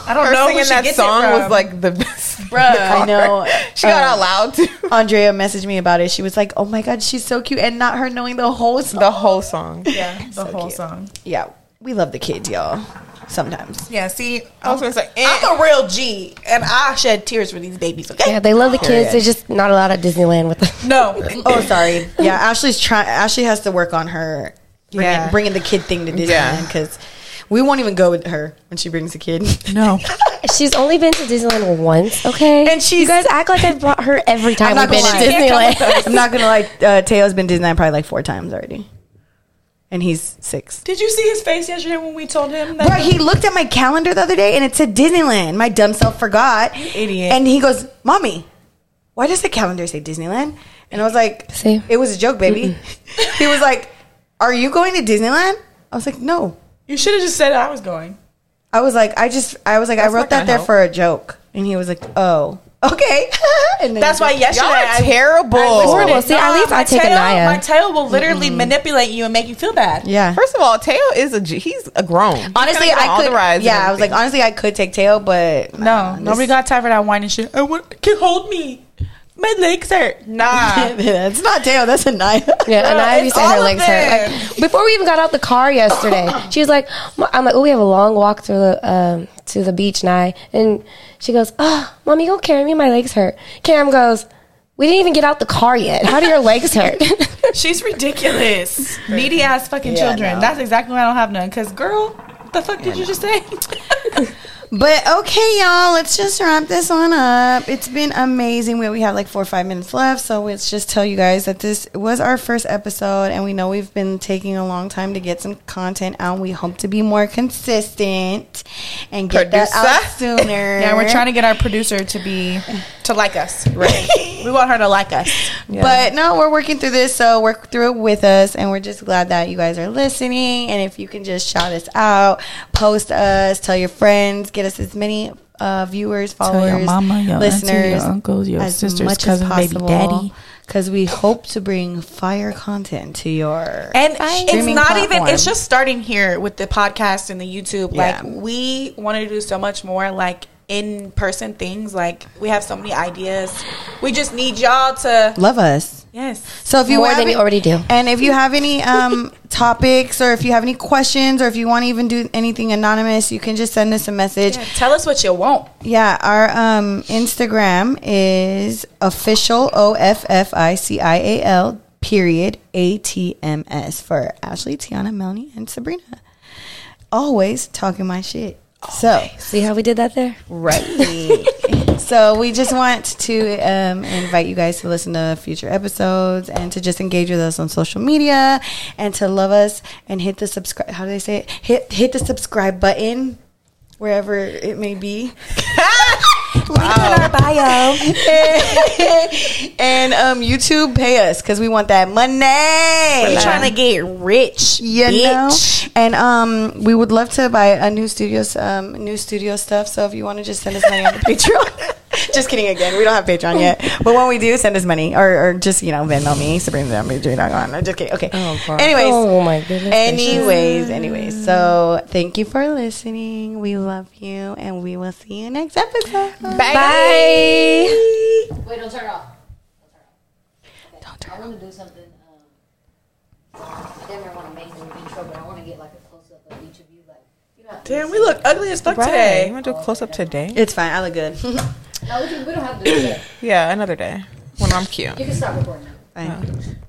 Speaker 3: sweet. I don't
Speaker 4: Her
Speaker 3: know who
Speaker 4: singing
Speaker 3: she
Speaker 4: that
Speaker 3: gets
Speaker 4: song
Speaker 3: it from.
Speaker 4: was like the best. thing in
Speaker 3: Bruh.
Speaker 4: the
Speaker 3: I
Speaker 4: car.
Speaker 1: know.
Speaker 4: She got
Speaker 1: Uh,
Speaker 4: out loud to
Speaker 1: Andrea messaged me about it. She was like, "Oh my god, she's so cute," and not her knowing the whole. Song.
Speaker 4: the whole song.
Speaker 3: yeah, the whole
Speaker 1: cute.
Speaker 3: song.
Speaker 1: Yeah, we love the kids, y'all. Sometimes.
Speaker 3: Yeah, see,
Speaker 4: I was gonna say, eh.
Speaker 3: I'm a real G, and I shed tears for these babies. Okay,
Speaker 2: Yeah, they love the kids. They're just not allowed at Disneyland with them.
Speaker 3: no,
Speaker 1: Oh, sorry. Yeah, Ashley's trying. Ashley has to work on her. Bringing,
Speaker 4: Yeah.
Speaker 1: bringing the kid thing to Disneyland
Speaker 4: Yeah.
Speaker 1: because we won't even go with her when she brings the kid.
Speaker 3: no.
Speaker 2: She's only been to Disneyland once, okay?
Speaker 1: And she's-
Speaker 2: you guys act like I've brought her every time
Speaker 1: not
Speaker 2: we've been to
Speaker 1: gonna lie.
Speaker 2: Disneyland.
Speaker 1: I'm not gonna lie. Uh, Teo's been to Disneyland probably like four times already, and he's six.
Speaker 3: Did you see his face yesterday when we told him that?
Speaker 1: Bro, he looked at my calendar the other day and it said Disneyland. My dumb self forgot.
Speaker 3: idiot.
Speaker 1: And he goes, "Mommy, why does the calendar say Disneyland?" And I was like,
Speaker 2: See?
Speaker 1: "It was a joke, baby." he was like, "Are you going to Disneyland?" I was like, "No."
Speaker 3: you should have just said I was going.
Speaker 1: I was like, I just, I was like, I wrote
Speaker 4: not
Speaker 1: that
Speaker 4: gonna
Speaker 1: there
Speaker 4: help.
Speaker 1: for a joke, and he was like, oh, okay. and then
Speaker 3: That's why yesterday
Speaker 4: Y'all are
Speaker 3: I
Speaker 4: terrible.
Speaker 2: Horrible. See, at least
Speaker 3: my
Speaker 2: I take a
Speaker 3: tail-
Speaker 2: Naya.
Speaker 3: My tail will literally manipulate you and make you feel bad.
Speaker 1: yeah.
Speaker 4: First of all, Teo is a G. He's a grown.
Speaker 1: honestly,
Speaker 4: He's gonna
Speaker 1: I
Speaker 4: go on
Speaker 1: could.
Speaker 4: the rides and
Speaker 1: yeah, I was like, honestly,
Speaker 4: everything.
Speaker 1: I could take Teo, but
Speaker 3: No, nobody
Speaker 1: this-
Speaker 3: got time for that whining shit. I want, can hold me. My legs hurt. Nah.
Speaker 1: it's not Teo. That's a nine.
Speaker 2: Yeah, and I
Speaker 3: it's
Speaker 2: used to hit her
Speaker 3: all of
Speaker 2: legs hurt. Like, before we even got out the car yesterday, she was like, "M- "I'm like, oh, we have a long walk through the um, to the beach, and I." And she goes, "Oh, mommy, go carry me. My legs hurt." Cam goes, "We didn't even get out the car yet. How do your legs hurt?"
Speaker 3: She's ridiculous. Needy ass fucking
Speaker 1: Yeah,
Speaker 3: children.
Speaker 1: no.
Speaker 3: That's exactly why I don't have none. Because, girl, what the fuck did you just say?
Speaker 1: But okay, y'all, let's just wrap this on up. It's been amazing. We we have like four or five minutes left, so let's just tell you guys that this was our first episode, and we know we've been taking a long time to get some content out. We hope to be more consistent and get that out
Speaker 4: Producer.
Speaker 1: sooner.
Speaker 3: yeah, we're trying to get our producer to be, to like us. Right. we want her to like us.
Speaker 1: But no, we're working through this, so work through it with us, and we're just glad that you guys are listening. And if you can just shout us out, post us, tell your friends, get us as many uh, viewers, followers, listeners, as much as possible, because we hope to bring fire content to your
Speaker 3: And it's
Speaker 1: Streaming
Speaker 3: not
Speaker 1: platform.
Speaker 3: even, it's just starting here with the podcast and the YouTube.
Speaker 1: Yeah.
Speaker 3: Like, we want to do so much more, like, in person things. Like, we have so many ideas. We just need y'all to,
Speaker 1: love us.
Speaker 3: yes.
Speaker 1: So if you
Speaker 2: More
Speaker 1: have
Speaker 2: than you
Speaker 1: any-
Speaker 2: already do.
Speaker 1: and if you have any um, topics or if you have any questions or if you want to even do anything anonymous, you can just send us a message.
Speaker 3: Tell us what you want.
Speaker 1: Yeah, our um, Instagram is official O F F I C I A L period A T M S for Ashley, Tiana, Melanie, and Sabrina. Always talking my shit.
Speaker 2: See how we did that there?
Speaker 1: So, so we just want to um, invite you guys to listen to future episodes and to just engage with us on social media and to love us and hit the subscribe. How do they say it? Hit hit the subscribe button wherever it may be.
Speaker 2: Bio.
Speaker 1: and um, YouTube pay us because we want that money. We're
Speaker 3: trying to get rich.
Speaker 1: you
Speaker 3: bitch.
Speaker 1: know, and um, we would love to buy a new studios, um, new studio stuff. So if you want to just send us money on the Patreon, Just kidding again. We don't have Patreon yet. But when we do, send us money or, or just, you know, Venmo me, Sabrina Dumbridge, you know, I'm just kidding. Okay.
Speaker 4: God.
Speaker 1: anyways.
Speaker 2: Oh, my goodness
Speaker 1: Anyways, anyways. So thank you for listening. We love you and we will see you next episode.
Speaker 4: Bye.
Speaker 6: Wait, don't turn it off.
Speaker 1: Don't turn
Speaker 6: I want to do something. Um, I damn near want to make an intro, but I want to get like a close up of each of you. Like, you know,
Speaker 3: Damn, we look ugly as fuck
Speaker 4: Today. You
Speaker 3: today.
Speaker 4: want to do a close up today?
Speaker 1: It's fine. I look good.
Speaker 6: no, we, can, we don't have to do that.
Speaker 4: Yeah, another day when I'm cute.
Speaker 6: You can stop recording now.
Speaker 1: Fine.